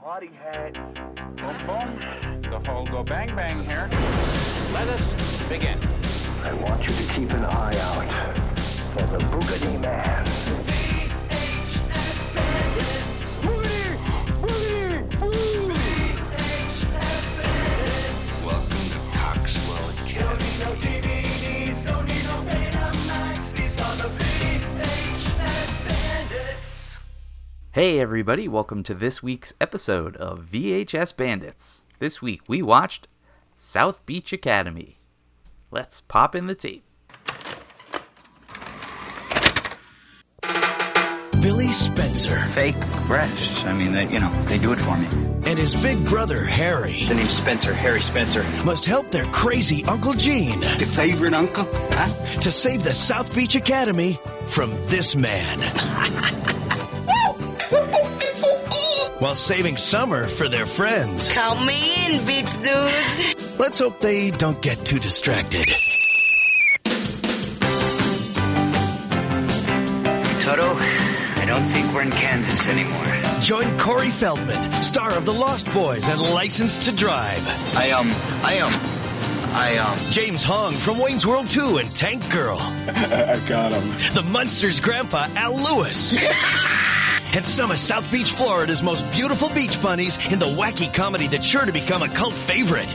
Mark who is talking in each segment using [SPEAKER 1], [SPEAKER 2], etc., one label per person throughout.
[SPEAKER 1] party hats. Boom, boom. The whole go bang bang here.
[SPEAKER 2] Let us begin.
[SPEAKER 3] I want you to keep an eye out for the Boogity Man.
[SPEAKER 4] Welcome to Cox World Academy.
[SPEAKER 5] Hey, everybody, welcome to this week's episode of VHS Bandits. This week we watched South Beach Academy. Let's pop in the tape.
[SPEAKER 6] Billy Spencer
[SPEAKER 7] fake breasts. I mean, they, you know, they do it for me.
[SPEAKER 6] and his big brother Harry
[SPEAKER 7] The name's Spencer, Harry Spencer.
[SPEAKER 6] must help their crazy Uncle Gene
[SPEAKER 7] The favorite uncle? Huh?
[SPEAKER 6] to save the South Beach Academy from this man. While saving summer for their friends,
[SPEAKER 8] Count me in, big dudes.
[SPEAKER 6] let's hope they don't get too distracted.
[SPEAKER 7] Toto, I don't think we're in Kansas anymore.
[SPEAKER 6] Join Corey Feldman, star of The Lost Boys and Licensed to Drive,
[SPEAKER 7] I, um, I, um, I, um,
[SPEAKER 6] James Hong from Wayne's World 2 and Tank Girl. I got him. The Munsters' grandpa, Al Lewis. and some of South Beach, Florida's most beautiful beach bunnies in the wacky comedy that's sure to become a cult favorite.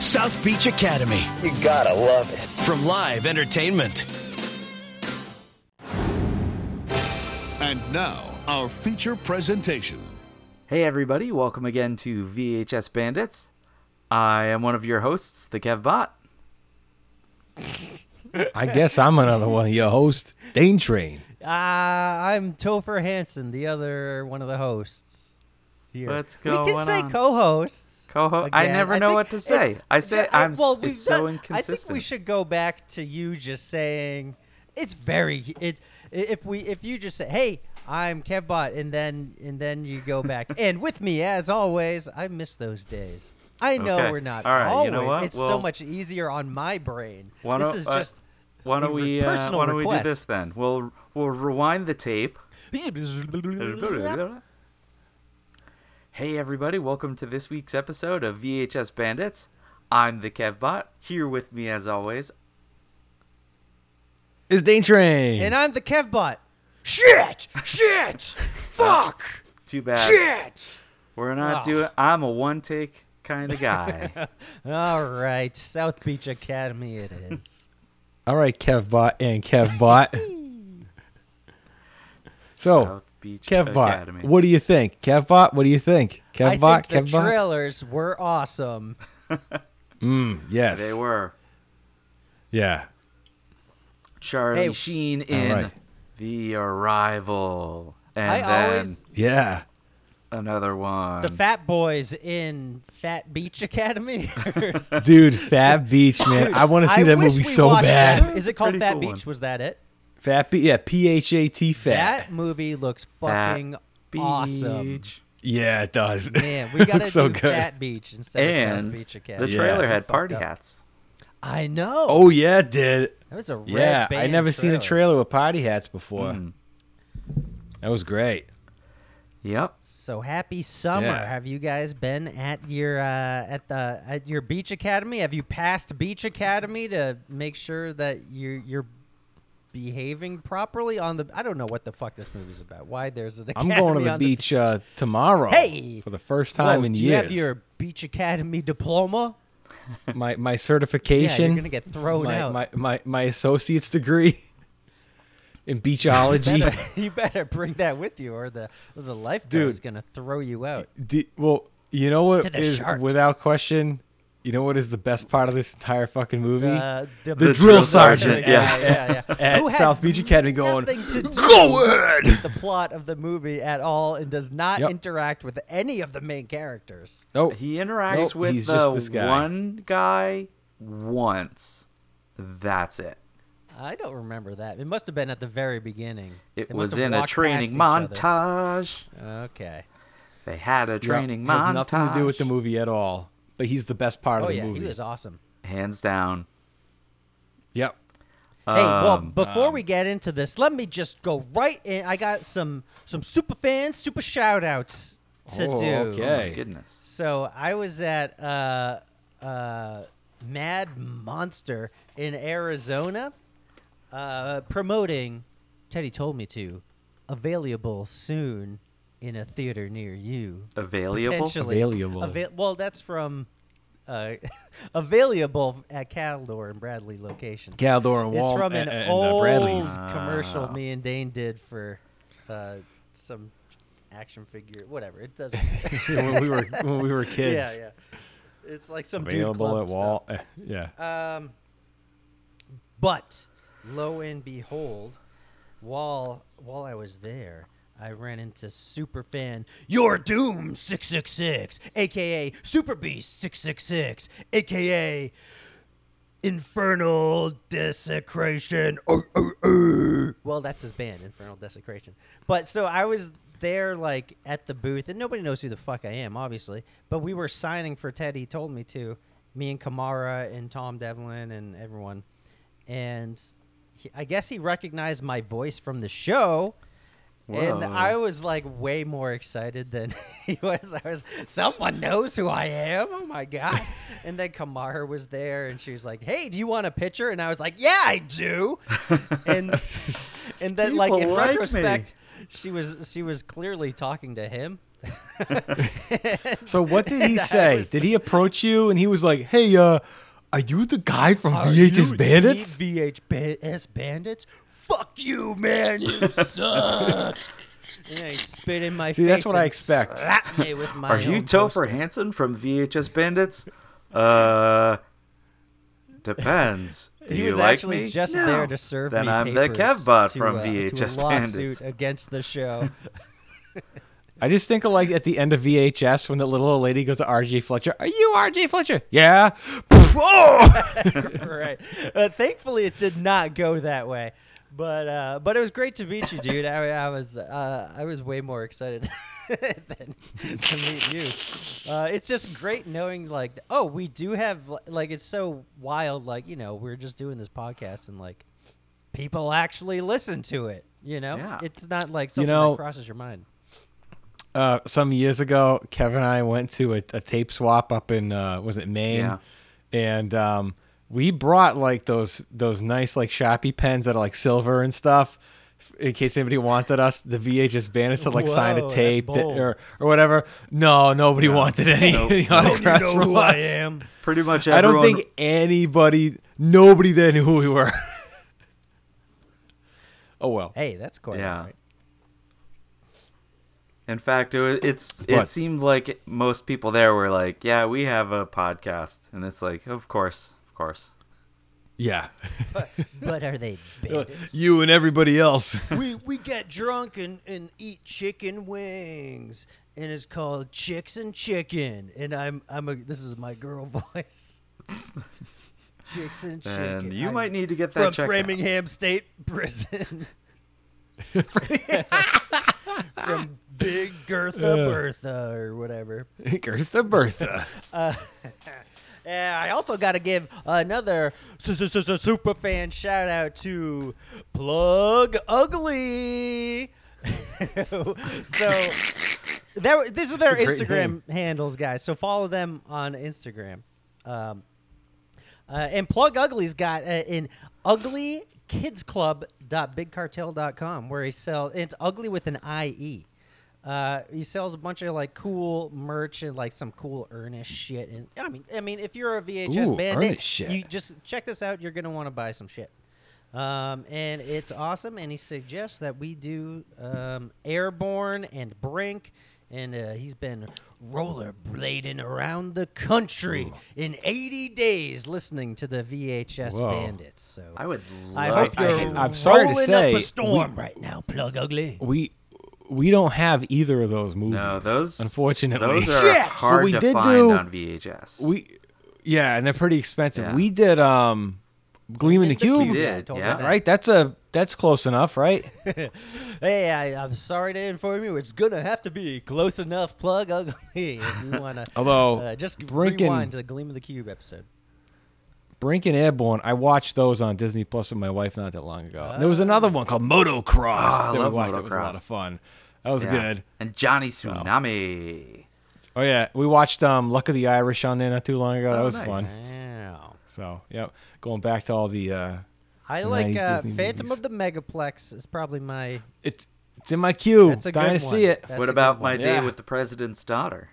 [SPEAKER 6] South Beach Academy. You gotta love it. From Live Entertainment.
[SPEAKER 9] And now, our feature presentation.
[SPEAKER 5] Hey, everybody, welcome again to VHS Bandits. I am one of your hosts, the Kevbot.
[SPEAKER 10] I guess I'm another one. Your host, Dane Train.
[SPEAKER 11] Uh, I'm Topher Hansen, the other one of the hosts. Here.
[SPEAKER 5] What's
[SPEAKER 11] We
[SPEAKER 5] going
[SPEAKER 11] can say
[SPEAKER 5] on?
[SPEAKER 11] co-hosts.
[SPEAKER 5] Co-ho- I
[SPEAKER 11] again.
[SPEAKER 5] never know
[SPEAKER 11] think
[SPEAKER 5] what to say. I say- I'm s-
[SPEAKER 11] well, we've
[SPEAKER 5] it's so
[SPEAKER 11] done- I think we
[SPEAKER 5] inconsistent.
[SPEAKER 11] should go back to you just saying it's very it. i- If we if you just say, "Hey, I'm Kevbot," and then and then you go back. and with me, as always, I miss those days. I know
[SPEAKER 5] Okay.
[SPEAKER 11] we're not
[SPEAKER 5] All right,
[SPEAKER 11] always.
[SPEAKER 5] you know what?
[SPEAKER 11] It's so
[SPEAKER 5] Well-
[SPEAKER 11] much easier on my brain.
[SPEAKER 5] Why
[SPEAKER 11] this
[SPEAKER 5] don't-
[SPEAKER 11] is
[SPEAKER 5] uh,
[SPEAKER 11] just.
[SPEAKER 5] Why don't
[SPEAKER 11] Leave
[SPEAKER 5] we,
[SPEAKER 11] a
[SPEAKER 5] uh,
[SPEAKER 11] personal
[SPEAKER 5] why don't we do
[SPEAKER 11] request.
[SPEAKER 5] this then? We'll, we'll rewind the tape. Hey everybody, welcome to this week's episode of VHS Bandits. I'm the Kevbot, here with me as always.
[SPEAKER 10] It's Dane Train.
[SPEAKER 11] And I'm the Kevbot.
[SPEAKER 10] shit! Shit! Fuck!
[SPEAKER 5] Uh, Too bad
[SPEAKER 10] Shit!
[SPEAKER 5] we're not
[SPEAKER 11] Oh.
[SPEAKER 5] doing I'm a one take kind of guy.
[SPEAKER 11] All right, South Beach Academy it is.
[SPEAKER 10] All right, Kevbot and Kevbot. so,
[SPEAKER 5] South Beach
[SPEAKER 10] Kevbot,
[SPEAKER 5] Academy.
[SPEAKER 10] what do you think? Kevbot, what do you think?
[SPEAKER 11] I
[SPEAKER 10] Kevbot,
[SPEAKER 11] think the
[SPEAKER 10] Kevbot?
[SPEAKER 11] trailers were awesome.
[SPEAKER 10] yes.
[SPEAKER 5] They were
[SPEAKER 10] Yeah.
[SPEAKER 5] Charlie
[SPEAKER 11] Hey.
[SPEAKER 5] Sheen in
[SPEAKER 10] right.
[SPEAKER 5] The Arrival. And
[SPEAKER 11] I
[SPEAKER 5] then
[SPEAKER 11] always
[SPEAKER 10] Yeah.
[SPEAKER 5] another one.
[SPEAKER 11] the Fat Boys in Fat Beach Academy.
[SPEAKER 10] Dude, Fat Beach, man. I want to see that
[SPEAKER 11] wish
[SPEAKER 10] movie
[SPEAKER 11] we
[SPEAKER 10] so
[SPEAKER 11] watched
[SPEAKER 10] bad.
[SPEAKER 11] That. Is it called
[SPEAKER 5] Pretty
[SPEAKER 11] Fat
[SPEAKER 5] cool
[SPEAKER 11] Beach?
[SPEAKER 5] one.
[SPEAKER 11] Was that it?
[SPEAKER 10] Fat Beach, yeah, P H A T Fat.
[SPEAKER 11] That movie looks
[SPEAKER 5] Fat
[SPEAKER 11] fucking
[SPEAKER 5] Beach.
[SPEAKER 11] awesome.
[SPEAKER 10] Yeah, it does.
[SPEAKER 11] Man, we gotta
[SPEAKER 10] so
[SPEAKER 11] do
[SPEAKER 10] good.
[SPEAKER 11] Fat Beach instead
[SPEAKER 5] And
[SPEAKER 11] of South Beach
[SPEAKER 5] the
[SPEAKER 11] Academy.
[SPEAKER 10] Yeah.
[SPEAKER 5] trailer had
[SPEAKER 11] Fucked
[SPEAKER 5] party
[SPEAKER 11] up.
[SPEAKER 5] hats.
[SPEAKER 11] I know.
[SPEAKER 10] Oh yeah, it did.
[SPEAKER 11] that was a red
[SPEAKER 10] Yeah, I
[SPEAKER 11] band
[SPEAKER 10] never seen a trailer with party hats before.
[SPEAKER 5] Mm.
[SPEAKER 10] That was great.
[SPEAKER 5] Yep.
[SPEAKER 11] So happy summer!
[SPEAKER 10] Yeah.
[SPEAKER 11] Have you guys been at your uh, at the at your beach academy? Have you passed beach academy to make sure that you you're behaving properly on the? I don't know what the fuck this movie's about. Why there's an
[SPEAKER 10] I'm
[SPEAKER 11] academy
[SPEAKER 10] going to the
[SPEAKER 11] on
[SPEAKER 10] beach uh, tomorrow.
[SPEAKER 11] Hey!
[SPEAKER 10] for the first
[SPEAKER 11] Whoa,
[SPEAKER 10] time in
[SPEAKER 11] do
[SPEAKER 10] years.
[SPEAKER 11] you have your beach academy diploma?
[SPEAKER 10] my my
[SPEAKER 11] Yeah, you're
[SPEAKER 10] certification,
[SPEAKER 11] gonna get thrown
[SPEAKER 10] my,
[SPEAKER 11] out.
[SPEAKER 10] my my my associate's degree in beachology.
[SPEAKER 11] Better- you better bring that with you, or the or the lifeguard's gonna throw you out.
[SPEAKER 10] D- well, you know
[SPEAKER 11] To
[SPEAKER 10] what
[SPEAKER 11] the
[SPEAKER 10] is
[SPEAKER 11] sharks.
[SPEAKER 10] without question. You know what is the best part of this entire fucking movie?
[SPEAKER 11] Uh, the,
[SPEAKER 10] the, drill sergeant.
[SPEAKER 11] yeah, yeah, yeah.
[SPEAKER 10] At
[SPEAKER 11] Who has
[SPEAKER 10] South Beach Academy going,
[SPEAKER 11] nothing to do
[SPEAKER 10] ahead.
[SPEAKER 11] with the plot of the movie at all and does not
[SPEAKER 10] Yep.
[SPEAKER 11] interact with any of the main characters.
[SPEAKER 10] Oh,
[SPEAKER 5] He interacts
[SPEAKER 10] Nope,
[SPEAKER 5] with
[SPEAKER 10] he's
[SPEAKER 5] the
[SPEAKER 10] just this guy.
[SPEAKER 5] one guy once. That's it.
[SPEAKER 11] I don't remember that. It must have been at the very beginning.
[SPEAKER 5] It
[SPEAKER 11] They
[SPEAKER 5] was
[SPEAKER 11] must have
[SPEAKER 5] in a
[SPEAKER 11] walked
[SPEAKER 5] training
[SPEAKER 11] past each other.
[SPEAKER 5] montage.
[SPEAKER 11] Okay.
[SPEAKER 5] They had a training
[SPEAKER 10] Yep,
[SPEAKER 5] montage.
[SPEAKER 10] has nothing to do with the movie at all. But he's the best part
[SPEAKER 11] Oh
[SPEAKER 10] of the
[SPEAKER 11] yeah,
[SPEAKER 10] movie.
[SPEAKER 11] he was awesome.
[SPEAKER 5] Hands down.
[SPEAKER 10] Yep.
[SPEAKER 11] Hey, well,
[SPEAKER 5] Um,
[SPEAKER 11] before we get into this, let me just go right in. I got some some super fans, super shout outs to
[SPEAKER 10] Oh,
[SPEAKER 11] do.
[SPEAKER 10] okay.
[SPEAKER 5] my goodness.
[SPEAKER 11] So I was at uh, uh, Mad Monster in Arizona uh, promoting Teddy Told Me To, available soon in a theater near you.
[SPEAKER 5] Available?
[SPEAKER 11] Potentially.
[SPEAKER 10] Available.
[SPEAKER 11] Avail- well, that's from uh, available at Caldor and Bradley location.
[SPEAKER 10] Caldor and
[SPEAKER 11] It's
[SPEAKER 10] Wal-
[SPEAKER 11] from an
[SPEAKER 10] and, and,
[SPEAKER 11] old
[SPEAKER 10] uh, Bradley's.
[SPEAKER 11] commercial me and Dane did for uh, some action figure, whatever. It doesn't.
[SPEAKER 10] when we were when we were kids.
[SPEAKER 11] Yeah, yeah. It's like some dude
[SPEAKER 10] Available
[SPEAKER 11] club
[SPEAKER 10] at Wall. eh, yeah.
[SPEAKER 11] Stuff. Um, but lo and behold, while while I was there, I ran into super fan Your Doom six six six, aka Super Beast six six six, aka Infernal Desecration. Oh, Arr, arr, arr. Well, that's his band, Infernal Desecration. But so I was there, like, at the booth, and nobody knows who the fuck I am, obviously. But we were signing for Teddy, told me to, me and Kamara and Tom Devlin and everyone. And he, I guess he recognized my voice from the show. And
[SPEAKER 5] Whoa.
[SPEAKER 11] I was like way more excited than he was. I was, someone knows who I am. Oh my God. and then Kamara was there and she was like, hey, do you want a picture? And I was like, yeah, I do. and and then, like, in
[SPEAKER 5] People like me.
[SPEAKER 11] retrospect, she was she was clearly talking to him.
[SPEAKER 10] So what did he
[SPEAKER 11] I
[SPEAKER 10] say?
[SPEAKER 11] was-
[SPEAKER 10] Did he approach you and he was like, "Hey, uh, are you the guy from VHS Bandits?"
[SPEAKER 11] VHS Bandits? Fuck you, man. You suck. and then he spit in my
[SPEAKER 10] See,
[SPEAKER 11] face.
[SPEAKER 10] that's what I
[SPEAKER 11] and
[SPEAKER 10] expect.
[SPEAKER 11] slapped me with my
[SPEAKER 5] Are you
[SPEAKER 11] own
[SPEAKER 5] Topher
[SPEAKER 11] poster.
[SPEAKER 5] Hansen from VHS Bandits? Uh, depends. Do
[SPEAKER 11] he
[SPEAKER 5] you
[SPEAKER 11] was
[SPEAKER 5] like
[SPEAKER 11] actually
[SPEAKER 5] me?
[SPEAKER 11] just
[SPEAKER 5] No.
[SPEAKER 11] there to serve
[SPEAKER 5] then
[SPEAKER 11] me
[SPEAKER 5] I'm the
[SPEAKER 11] papers
[SPEAKER 5] Kevbot
[SPEAKER 11] to,
[SPEAKER 5] from
[SPEAKER 11] uh,
[SPEAKER 5] VHS
[SPEAKER 11] to a lawsuit
[SPEAKER 5] Bandits.
[SPEAKER 11] against the show.
[SPEAKER 10] I just think of like at the end of VHS when the little old lady goes to R.J. Fletcher, "Are you R.J. Fletcher?" Yeah. oh!
[SPEAKER 11] right. Uh, thankfully, it did not go that way. But uh, but it was great to meet you, dude. I, I was uh, I was way more excited than to meet you. Uh, it's just great knowing like oh we do have li- like it's so wild like you know we're just doing this podcast and like people actually listen to it. You know,
[SPEAKER 5] Yeah.
[SPEAKER 11] it's not like something
[SPEAKER 10] know-
[SPEAKER 11] that crosses your mind.
[SPEAKER 10] uh, some years ago, Kevin and I went to a, a tape swap up in uh, was it Maine,
[SPEAKER 5] Yeah.
[SPEAKER 10] and um, we brought like those those nice like Sharpie pens that are like silver and stuff. In case anybody wanted us, the VHS bandits had like signed
[SPEAKER 11] Whoa,
[SPEAKER 10] a
[SPEAKER 11] that's
[SPEAKER 10] tape that-
[SPEAKER 11] bold.
[SPEAKER 10] or or whatever. No, nobody wanted any,
[SPEAKER 5] Nope.
[SPEAKER 10] any autographs from us.
[SPEAKER 5] Pretty much
[SPEAKER 10] I
[SPEAKER 5] everyone.
[SPEAKER 10] don't think anybody, nobody there knew who we were. oh well.
[SPEAKER 11] Hey, that's quite
[SPEAKER 5] Yeah.
[SPEAKER 11] all right.
[SPEAKER 5] In fact, it, wa- it's it
[SPEAKER 10] What?
[SPEAKER 5] seemed like most people there were like, "Yeah, we have a podcast," and it's like, "Of course, of course."
[SPEAKER 10] Yeah,
[SPEAKER 11] But are they bandits?
[SPEAKER 10] you and everybody else.
[SPEAKER 11] we we get drunk and, and eat chicken wings and it's called chicks and chicken and i'm i'm a this is my girl voice chicks and chicken
[SPEAKER 5] And you
[SPEAKER 11] I'm
[SPEAKER 5] might need to get that
[SPEAKER 11] from
[SPEAKER 5] checked out.
[SPEAKER 11] framingham state prison from big gertha bertha or whatever
[SPEAKER 10] Gertha Bertha.
[SPEAKER 11] Yeah, I also got to give another su- su- su- su- super fan shout out to Plug Ugly. so that this is their
[SPEAKER 10] a great
[SPEAKER 11] Instagram handles, guys. So follow them on Instagram. Um, uh, and Plug Ugly's got uh, an ugly kids club.bigcartel.com where he sells it's ugly with an IE. Uh, he sells a bunch of like cool merch and like some cool earnest shit. And I mean, I mean, if you're a VHS
[SPEAKER 10] Ooh,
[SPEAKER 11] band,
[SPEAKER 10] earnest shit.
[SPEAKER 11] you just check this out. You're gonna want to buy some shit. Um, and it's awesome. And he suggests that we do um, Airborne and Brink. And uh, he's been rollerblading around the country in 80 days listening to the VHS
[SPEAKER 10] Whoa.
[SPEAKER 11] Bandits. So
[SPEAKER 5] I would
[SPEAKER 11] I
[SPEAKER 5] love
[SPEAKER 11] hope
[SPEAKER 5] to
[SPEAKER 11] you're
[SPEAKER 5] get
[SPEAKER 10] I- I'm sorry to
[SPEAKER 11] rolling
[SPEAKER 10] say,
[SPEAKER 11] up
[SPEAKER 10] we-
[SPEAKER 11] a storm right now, plug ugly.
[SPEAKER 10] we we don't have either of those movies.
[SPEAKER 5] No, those
[SPEAKER 10] unfortunately
[SPEAKER 5] those are hard
[SPEAKER 10] But we
[SPEAKER 5] to
[SPEAKER 10] did
[SPEAKER 5] find
[SPEAKER 10] do-
[SPEAKER 5] on VHS.
[SPEAKER 10] we yeah, and they're pretty expensive.
[SPEAKER 5] Yeah.
[SPEAKER 10] We did um Gleam in the Cube,
[SPEAKER 5] We did,
[SPEAKER 11] I told
[SPEAKER 5] yeah.
[SPEAKER 11] you that.
[SPEAKER 10] right? That's a that's close enough, right?
[SPEAKER 11] Uh, Hey, I, I'm sorry to inform you, it's gonna have to be close enough, plug ugly. If you wanna,
[SPEAKER 10] Although,
[SPEAKER 11] uh, just
[SPEAKER 10] Brink and-
[SPEAKER 11] rewind to the Gleam of the Cube episode.
[SPEAKER 10] Brink and Airborne. I watched those on Disney
[SPEAKER 11] Oh.
[SPEAKER 10] Plus with my wife not that long ago. And there was another one called Motocross
[SPEAKER 5] Ah, I
[SPEAKER 10] that we
[SPEAKER 5] love
[SPEAKER 10] watched. That was a
[SPEAKER 5] Motocross.
[SPEAKER 10] lot of fun. That was
[SPEAKER 5] Yeah.
[SPEAKER 10] good.
[SPEAKER 5] And Johnny Tsunami.
[SPEAKER 10] Oh yeah, we watched um, Luck of the Irish on there not too long ago. that
[SPEAKER 5] Oh,
[SPEAKER 10] was
[SPEAKER 5] nice.
[SPEAKER 10] fun.
[SPEAKER 11] Wow.
[SPEAKER 10] So yep, going back to all the. Uh,
[SPEAKER 11] I
[SPEAKER 10] the
[SPEAKER 11] like
[SPEAKER 10] 90s
[SPEAKER 11] uh,
[SPEAKER 10] Disney
[SPEAKER 11] Phantom
[SPEAKER 10] movies.
[SPEAKER 11] of the Megaplex is probably my
[SPEAKER 10] It's it's in my queue.
[SPEAKER 11] That's a
[SPEAKER 10] Dying
[SPEAKER 11] good
[SPEAKER 10] to
[SPEAKER 11] one.
[SPEAKER 10] see it.
[SPEAKER 11] That's
[SPEAKER 5] what
[SPEAKER 11] a
[SPEAKER 5] about
[SPEAKER 11] good
[SPEAKER 5] my
[SPEAKER 11] one.
[SPEAKER 5] day
[SPEAKER 10] Yeah.
[SPEAKER 5] with the president's daughter?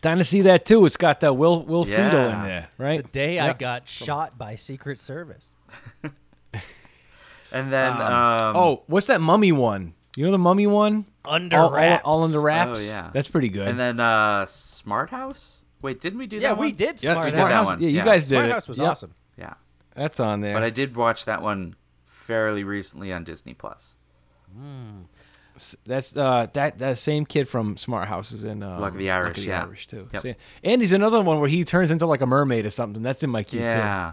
[SPEAKER 10] Dying to see that too. It's got that Will Will
[SPEAKER 5] Yeah.
[SPEAKER 10] Friedle in there, right?
[SPEAKER 11] The day I
[SPEAKER 10] Yep.
[SPEAKER 11] got shot by Secret Service.
[SPEAKER 5] And then um,
[SPEAKER 10] oh, what's that Mummy one? You know the Mummy one?
[SPEAKER 11] Under
[SPEAKER 10] all, all,
[SPEAKER 11] wraps.
[SPEAKER 10] all under wraps.
[SPEAKER 5] Oh, yeah.
[SPEAKER 10] That's pretty good.
[SPEAKER 5] and then uh, Smart House. Wait, didn't we do
[SPEAKER 11] Yeah,
[SPEAKER 5] that?
[SPEAKER 11] we
[SPEAKER 5] one?
[SPEAKER 11] did
[SPEAKER 10] yeah,
[SPEAKER 11] Smart,
[SPEAKER 5] Smart
[SPEAKER 11] House.
[SPEAKER 5] House. one.
[SPEAKER 10] Yeah, you
[SPEAKER 5] Yeah.
[SPEAKER 10] guys did
[SPEAKER 11] Smart
[SPEAKER 10] it.
[SPEAKER 11] House was
[SPEAKER 10] Yep.
[SPEAKER 11] awesome.
[SPEAKER 5] Yeah,
[SPEAKER 10] That's on there.
[SPEAKER 5] but I did watch that one fairly recently on Disney Plus.
[SPEAKER 10] That's uh that that same kid from Smart House is in uh
[SPEAKER 5] Luck of the Irish,
[SPEAKER 10] Luck of the
[SPEAKER 5] yeah.
[SPEAKER 10] Irish too.
[SPEAKER 5] Yep.
[SPEAKER 10] See? And he's another one where he turns into like a mermaid or something. That's in my queue too.
[SPEAKER 5] Yeah,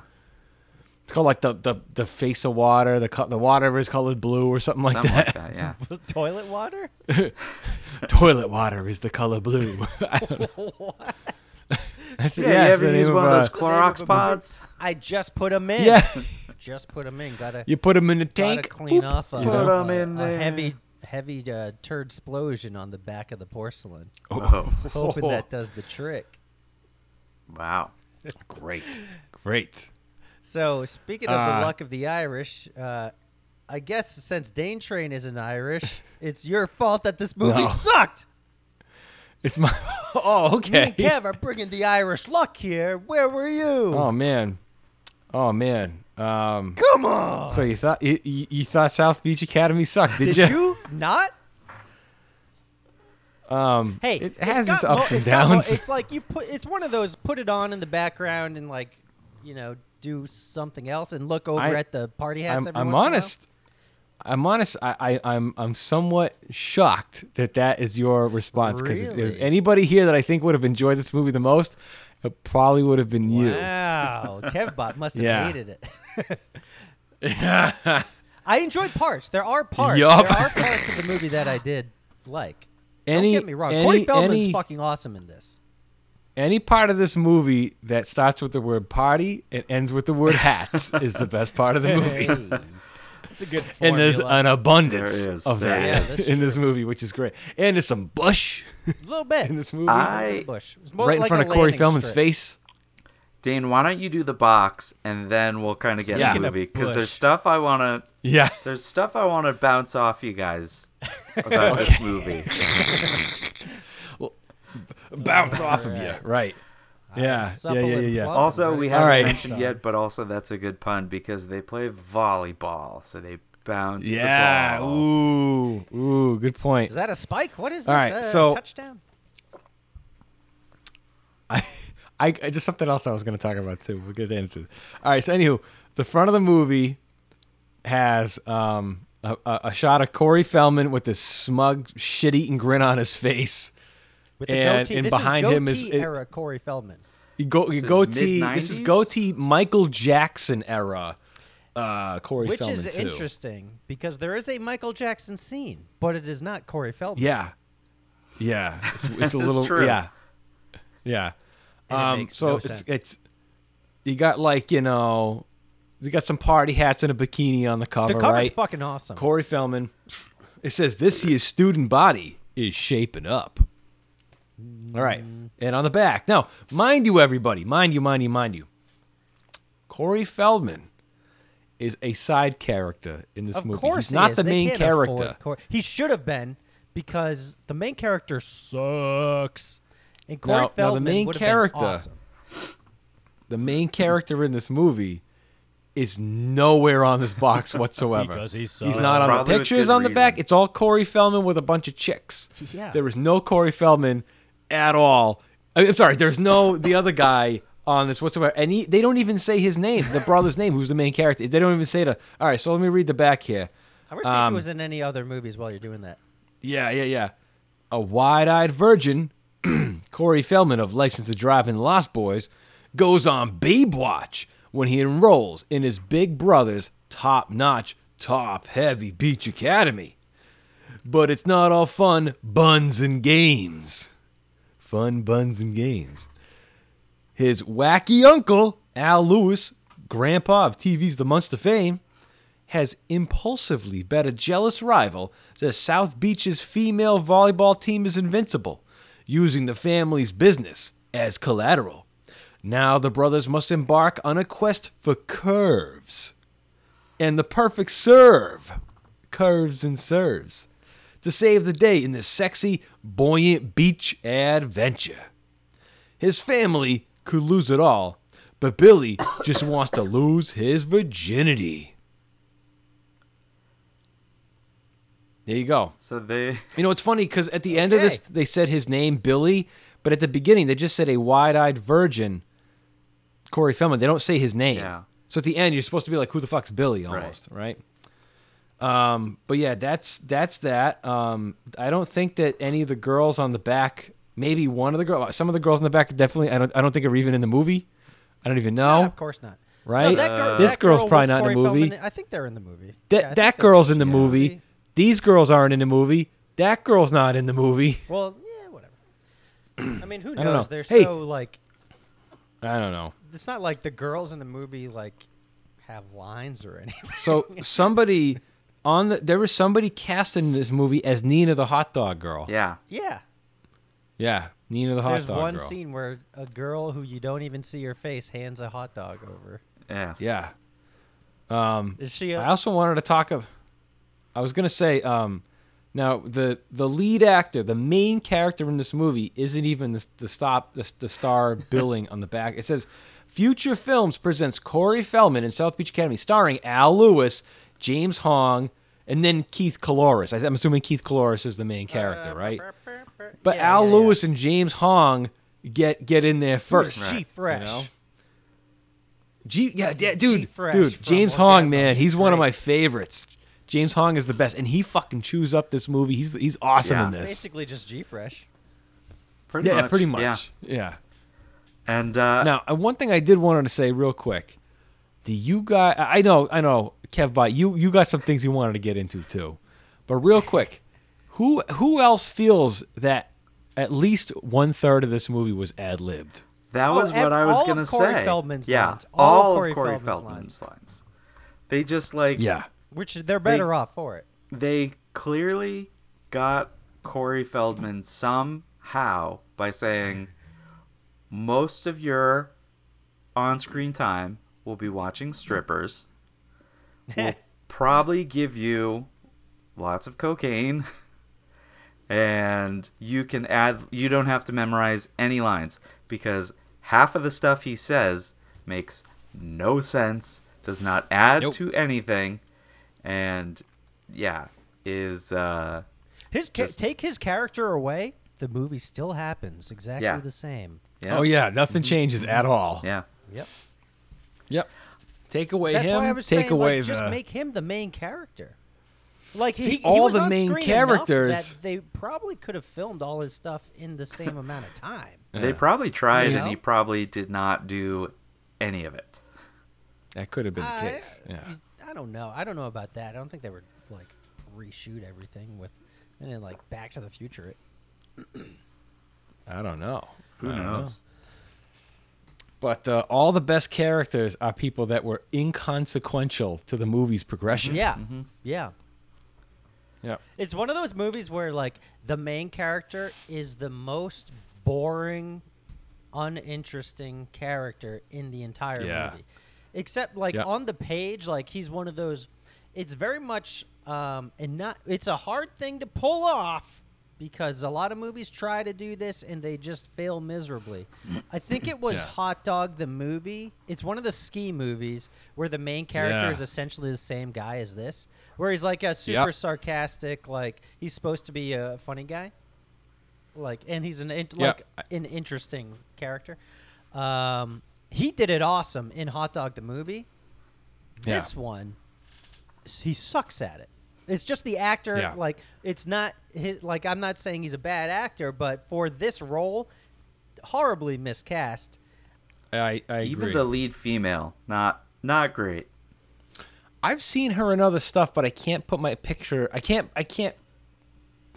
[SPEAKER 10] It's called like the the, the face of water. The co- the water is colored blue or something like
[SPEAKER 5] something
[SPEAKER 10] that.
[SPEAKER 5] like that. Yeah,
[SPEAKER 11] With toilet water?
[SPEAKER 10] Toilet water is the color blue. I don't know. That's,
[SPEAKER 5] yeah.
[SPEAKER 10] yeah,
[SPEAKER 5] you
[SPEAKER 10] it's the
[SPEAKER 5] ever
[SPEAKER 10] name
[SPEAKER 5] use
[SPEAKER 10] of,
[SPEAKER 5] one of those
[SPEAKER 10] uh,
[SPEAKER 5] Clorox pods?
[SPEAKER 11] I just put them in.
[SPEAKER 10] Yeah.
[SPEAKER 11] just put them in. Gotta,
[SPEAKER 10] you put him in the
[SPEAKER 11] gotta
[SPEAKER 10] tank.
[SPEAKER 11] clean
[SPEAKER 10] boop,
[SPEAKER 11] off a,
[SPEAKER 10] you know?
[SPEAKER 5] Put 'em
[SPEAKER 11] a-
[SPEAKER 5] in
[SPEAKER 11] a
[SPEAKER 5] there.
[SPEAKER 11] heavy, heavy uh, turd explosion on the back of the porcelain.
[SPEAKER 5] Oh,
[SPEAKER 11] Hoping that does the trick.
[SPEAKER 5] wow.
[SPEAKER 10] Great, great.
[SPEAKER 11] So speaking of
[SPEAKER 10] Uh,
[SPEAKER 11] the luck of the Irish, uh, I guess since Dane Train isn't Irish, it's your fault that this movie
[SPEAKER 10] No.
[SPEAKER 11] sucked.
[SPEAKER 10] It's my. Oh, okay.
[SPEAKER 11] Kev are bringing the Irish luck here. Where were you?
[SPEAKER 10] Oh man, oh man. Um,
[SPEAKER 11] Come on.
[SPEAKER 10] so you thought you, you, you thought South Beach Academy sucked? Did,
[SPEAKER 11] Did
[SPEAKER 10] you?
[SPEAKER 11] you not? Um, hey,
[SPEAKER 10] it has
[SPEAKER 11] got
[SPEAKER 10] its ups and
[SPEAKER 11] it's got mo-
[SPEAKER 10] downs.
[SPEAKER 11] it's like you put. It's one of those put it on in the background and like, you know, do something else and look over
[SPEAKER 10] I-
[SPEAKER 11] at the party hats.
[SPEAKER 10] I'm,
[SPEAKER 11] every once in
[SPEAKER 10] I'm
[SPEAKER 11] a while.
[SPEAKER 10] honest. I'm honest. I, I, I'm I'm somewhat shocked that that is your response because if there's
[SPEAKER 11] Really?
[SPEAKER 10] anybody here that I think would have enjoyed this movie the most, it probably would have been you.
[SPEAKER 11] Wow, KevBot must have
[SPEAKER 10] Yeah.
[SPEAKER 11] hated it. I enjoyed parts. There are parts.
[SPEAKER 10] Yup.
[SPEAKER 11] There are parts of the movie that I did like.
[SPEAKER 10] Any
[SPEAKER 11] Don't get me wrong.
[SPEAKER 10] any
[SPEAKER 11] Corey Feldman's
[SPEAKER 10] any
[SPEAKER 11] fucking awesome in this.
[SPEAKER 10] any part of this movie that starts with the word party and ends with the word hats is the best part of the movie.
[SPEAKER 11] It's a good
[SPEAKER 10] and there's
[SPEAKER 11] formula.
[SPEAKER 10] an abundance
[SPEAKER 5] There is,
[SPEAKER 10] of
[SPEAKER 5] there
[SPEAKER 10] that
[SPEAKER 11] is. Yeah, that's
[SPEAKER 10] in this movie, which is great. And there's some bush
[SPEAKER 11] a little bit.
[SPEAKER 10] uh, in this movie,
[SPEAKER 5] I
[SPEAKER 11] Bush. It was more
[SPEAKER 10] right in
[SPEAKER 11] like
[SPEAKER 10] front
[SPEAKER 11] a
[SPEAKER 10] of Corey
[SPEAKER 11] landing
[SPEAKER 10] Feldman's
[SPEAKER 11] strip.
[SPEAKER 10] face.
[SPEAKER 5] Dane, why don't you do the box and then we'll kind of get
[SPEAKER 10] Yeah.
[SPEAKER 5] in the
[SPEAKER 10] Speaking
[SPEAKER 5] movie
[SPEAKER 11] of
[SPEAKER 5] because
[SPEAKER 11] Bush.
[SPEAKER 5] there's stuff I want to
[SPEAKER 10] Yeah,
[SPEAKER 5] there's stuff I want to bounce off you guys about this movie.
[SPEAKER 10] bounce off of you, right? Yeah, yeah, yeah,
[SPEAKER 11] supple
[SPEAKER 10] yeah,
[SPEAKER 11] and
[SPEAKER 10] yeah.
[SPEAKER 11] plump.
[SPEAKER 5] Also, we haven't
[SPEAKER 10] right.
[SPEAKER 5] mentioned yet, but also that's a good pun because they play volleyball, so they bounce
[SPEAKER 10] Yeah.
[SPEAKER 5] the ball.
[SPEAKER 10] Ooh, ooh, good point.
[SPEAKER 11] Is that a spike? What is this?
[SPEAKER 10] All right,
[SPEAKER 11] Uh,
[SPEAKER 10] so-
[SPEAKER 11] touchdown.
[SPEAKER 10] I, I, I just something else I was going to talk about too. We'll get into it. All right. So, anywho, the front of the movie has um, a, a a shot of Corey Feldman with this smug, shit-eating grin on his face.
[SPEAKER 11] With the
[SPEAKER 10] and-
[SPEAKER 11] goatee.
[SPEAKER 10] and
[SPEAKER 11] this
[SPEAKER 10] behind
[SPEAKER 11] is
[SPEAKER 10] him is-
[SPEAKER 11] goatee
[SPEAKER 10] it-
[SPEAKER 11] era Corey Feldman.
[SPEAKER 10] Go,
[SPEAKER 5] This is
[SPEAKER 10] goatee. This is
[SPEAKER 5] mid-nineties?
[SPEAKER 10] goatee Michael Jackson era. Uh, Corey
[SPEAKER 11] Which
[SPEAKER 10] Feldman
[SPEAKER 11] is
[SPEAKER 10] too.
[SPEAKER 11] interesting because there is a Michael Jackson scene, but it is not Corey Feldman.
[SPEAKER 10] Yeah, yeah. It's, it's a
[SPEAKER 5] That's
[SPEAKER 10] little.
[SPEAKER 5] true.
[SPEAKER 10] Yeah, yeah.
[SPEAKER 11] it
[SPEAKER 10] Um,
[SPEAKER 11] makes
[SPEAKER 10] so
[SPEAKER 11] no
[SPEAKER 10] it's
[SPEAKER 11] sense.
[SPEAKER 10] it's you got like you know you got some party hats and a bikini on the cover,
[SPEAKER 11] The cover's
[SPEAKER 10] right?
[SPEAKER 11] fucking awesome.
[SPEAKER 10] Corey Feldman. It says this year's student body is shaping up. All right,
[SPEAKER 11] Mm.
[SPEAKER 10] and on the back. Now, mind you, everybody, mind you, mind you, mind you. Corey Feldman is a side character in this
[SPEAKER 11] of
[SPEAKER 10] movie.
[SPEAKER 11] course,
[SPEAKER 10] He's
[SPEAKER 11] he
[SPEAKER 10] not
[SPEAKER 11] is.
[SPEAKER 10] the
[SPEAKER 11] They
[SPEAKER 10] main
[SPEAKER 11] can't
[SPEAKER 10] character.
[SPEAKER 11] afford Cor- he should have been because the main character sucks, and Corey
[SPEAKER 10] Now- now the
[SPEAKER 11] Feldman
[SPEAKER 10] main
[SPEAKER 11] would have been
[SPEAKER 10] character-
[SPEAKER 11] awesome.
[SPEAKER 10] the main character in this movie is nowhere on this box whatsoever.
[SPEAKER 11] Because he's so-
[SPEAKER 10] he's not on
[SPEAKER 5] Probably
[SPEAKER 10] the
[SPEAKER 5] with
[SPEAKER 10] pictures
[SPEAKER 5] good
[SPEAKER 10] on the back.
[SPEAKER 5] reason.
[SPEAKER 10] It's all Corey Feldman with a bunch of chicks.
[SPEAKER 11] Yeah.
[SPEAKER 10] There is no Corey Feldman at all. I am sorry. There's no the other guy on this whatsoever. And he, they don't even say his name, the brother's name, who's the main character. They don't even say the. All right, so let me read the back here.
[SPEAKER 11] I wish he
[SPEAKER 10] Um,
[SPEAKER 11] was in any other movies while you're doing that.
[SPEAKER 10] Yeah, yeah, yeah. A wide eyed virgin, Corey Feldman of License to Drive and Lost Boys, goes on babe watch when he enrolls in his big brother's top notch, top heavy beach academy. But it's not all fun, buns and games. Fun buns and games. His wacky uncle, Al Lewis, grandpa of TV's The Monster Fame, has impulsively bet a jealous rival that South Beach's female volleyball team is invincible, using the family's business as collateral. Now the brothers must embark on a quest for curves and the perfect serve. Curves and serves. To save the day in this sexy, buoyant beach adventure. His family could lose it all, but Billy just wants to lose his virginity. There you go.
[SPEAKER 5] So they.
[SPEAKER 10] You know, it's funny because at the end of this, they said his name, Billy, but at the beginning, they just said a wide eyed virgin, Corey Feldman. They don't say his name.
[SPEAKER 5] Yeah.
[SPEAKER 10] So at the end, you're supposed to be like, who the fuck's Billy almost, right? Um, but yeah, that's that's that. Um, I don't think that any of the girls on the back, maybe one of the girls, some of the girls in the back, definitely. I don't. I don't think are even in the movie. I don't even know.
[SPEAKER 11] Nah, of course not. No,
[SPEAKER 10] Right?
[SPEAKER 11] that girl-
[SPEAKER 10] This
[SPEAKER 11] that
[SPEAKER 10] girl's
[SPEAKER 11] girl
[SPEAKER 10] probably
[SPEAKER 11] with
[SPEAKER 10] not in the
[SPEAKER 11] Corey
[SPEAKER 10] movie.
[SPEAKER 11] Feldman- I think they're in the movie.
[SPEAKER 10] That
[SPEAKER 11] Yeah, I think
[SPEAKER 10] that
[SPEAKER 11] they're
[SPEAKER 10] girl's in the
[SPEAKER 11] in
[SPEAKER 10] movie. These girls aren't in the movie. That girl's not in the movie.
[SPEAKER 11] Well, yeah, whatever. I mean, who
[SPEAKER 10] I don't
[SPEAKER 11] knows?
[SPEAKER 10] know.
[SPEAKER 11] They're
[SPEAKER 10] Hey.
[SPEAKER 11] so like
[SPEAKER 10] I don't know.
[SPEAKER 11] it's not like the girls in the movie like have lines or anything.
[SPEAKER 10] So somebody on the there was somebody cast in this movie as Nina the hot dog girl.
[SPEAKER 5] Yeah.
[SPEAKER 11] Yeah.
[SPEAKER 10] Yeah, Nina the hot
[SPEAKER 11] There's
[SPEAKER 10] dog
[SPEAKER 11] one
[SPEAKER 10] girl.
[SPEAKER 11] scene where a girl who you don't even see her face hands a hot dog over.
[SPEAKER 5] Yes.
[SPEAKER 10] Yeah.
[SPEAKER 11] Is she a,
[SPEAKER 10] I also wanted to talk of I was gonna say, um, now the the lead actor, the main character in this movie, isn't even the, the stop the, the star billing on the back. It says, "Future Films presents Corey Feldman in South Beach Academy, starring Al Lewis, James Hong, and then Keith Coloris." I- I'm assuming Keith Coloris is the main character, right?
[SPEAKER 11] Uh,
[SPEAKER 10] But
[SPEAKER 11] Yeah,
[SPEAKER 10] Al
[SPEAKER 11] yeah, yeah.
[SPEAKER 10] Lewis and James Hong get get in there first.
[SPEAKER 11] G Fresh?
[SPEAKER 10] know? G, yeah, da- dude,
[SPEAKER 11] Fresh
[SPEAKER 10] dude,
[SPEAKER 11] from
[SPEAKER 10] James
[SPEAKER 11] Orgasm
[SPEAKER 10] Hong, man,
[SPEAKER 11] is
[SPEAKER 10] he's one of
[SPEAKER 11] great.
[SPEAKER 10] my favorites. James Hong is the best, and he fucking chews up this movie. He's he's awesome
[SPEAKER 5] Yeah.
[SPEAKER 10] in this.
[SPEAKER 11] Basically just G Fresh.
[SPEAKER 5] Pretty
[SPEAKER 10] Yeah,
[SPEAKER 5] much.
[SPEAKER 10] pretty
[SPEAKER 5] Yeah.
[SPEAKER 10] much. Yeah.
[SPEAKER 5] And uh,
[SPEAKER 10] Now, uh, one thing I did want to say real quick. Do you guys? I I know, I know, Kevbot. You you got some things you wanted to get into too, but real quick, who who else feels that at least one third of this movie was ad libbed?
[SPEAKER 5] that
[SPEAKER 11] Oh,
[SPEAKER 5] was
[SPEAKER 11] ev-
[SPEAKER 5] what I was
[SPEAKER 11] all of
[SPEAKER 5] gonna
[SPEAKER 11] Corey
[SPEAKER 5] say.
[SPEAKER 11] Feldman's
[SPEAKER 5] yeah.
[SPEAKER 11] lines. All of
[SPEAKER 5] all
[SPEAKER 11] Corey
[SPEAKER 5] Corey
[SPEAKER 11] Feldman's
[SPEAKER 5] Feldman's lines. They just like
[SPEAKER 11] Which they're better off for it.
[SPEAKER 5] they clearly got Corey Feldman somehow by saying most of your on-screen time will be watching strippers. We'll probably give you lots of cocaine and you can add you don't have to memorize any lines because half of the stuff he says makes no sense, does not add
[SPEAKER 10] Nope.
[SPEAKER 5] to anything and yeah is uh
[SPEAKER 11] His ca-
[SPEAKER 5] Just-
[SPEAKER 11] take his character away, the movie still happens exactly
[SPEAKER 5] Yeah.
[SPEAKER 11] the same.
[SPEAKER 5] yeah
[SPEAKER 10] Oh yeah, nothing changes at all.
[SPEAKER 5] yeah
[SPEAKER 11] Yep.
[SPEAKER 10] Yep. Take away
[SPEAKER 11] That's
[SPEAKER 10] him.
[SPEAKER 11] why I was
[SPEAKER 10] take
[SPEAKER 11] saying,
[SPEAKER 10] away
[SPEAKER 11] like,
[SPEAKER 10] the.
[SPEAKER 11] just make him the main character. Like he,
[SPEAKER 10] See,
[SPEAKER 11] he
[SPEAKER 10] all
[SPEAKER 11] was
[SPEAKER 10] the
[SPEAKER 11] on
[SPEAKER 10] main
[SPEAKER 11] screen enough
[SPEAKER 10] characters-
[SPEAKER 11] that they probably could have filmed all his stuff in the same amount of time.
[SPEAKER 5] they probably tried
[SPEAKER 11] You
[SPEAKER 5] and
[SPEAKER 11] know?
[SPEAKER 5] he probably did not do any of it
[SPEAKER 10] that could have been the
[SPEAKER 11] I-
[SPEAKER 10] case. Yeah.
[SPEAKER 11] I don't know. I don't know about that. I don't think they would like reshoot everything with and then like Back to the Future. It.
[SPEAKER 10] I don't know.
[SPEAKER 5] who knows
[SPEAKER 10] But uh, all the best characters are people that were inconsequential to the movie's progression.
[SPEAKER 11] Yeah, yeah.
[SPEAKER 10] Yeah.
[SPEAKER 11] It's one of those movies where like the main character is the most boring, uninteresting character in the entire
[SPEAKER 10] Yeah.
[SPEAKER 11] movie. Except like
[SPEAKER 10] Yeah.
[SPEAKER 11] on the page, like he's one of those it's very much um and not it's a hard thing to pull off because a lot of movies try to do this and they just fail miserably. I think it was
[SPEAKER 10] Yeah.
[SPEAKER 11] Hot Dog the movie. It's one of the ski movies where the main character
[SPEAKER 10] Yeah.
[SPEAKER 11] is essentially the same guy as this, where he's like a super
[SPEAKER 10] Yep.
[SPEAKER 11] sarcastic, like he's supposed to be a funny guy, like, and he's an int-
[SPEAKER 10] Yeah.
[SPEAKER 11] like an interesting character. Um, he did it awesome in Hot Dog the movie.
[SPEAKER 10] Yeah.
[SPEAKER 11] This one, s- he sucks at it. It's just the actor.
[SPEAKER 10] Yeah.
[SPEAKER 11] Like it's not his, like I'm not saying he's a bad actor, but for this role, horribly miscast.
[SPEAKER 10] I, I agree.
[SPEAKER 5] even the lead female not not great
[SPEAKER 10] I've seen her in other stuff, but I can't put my picture. I can't. I can't.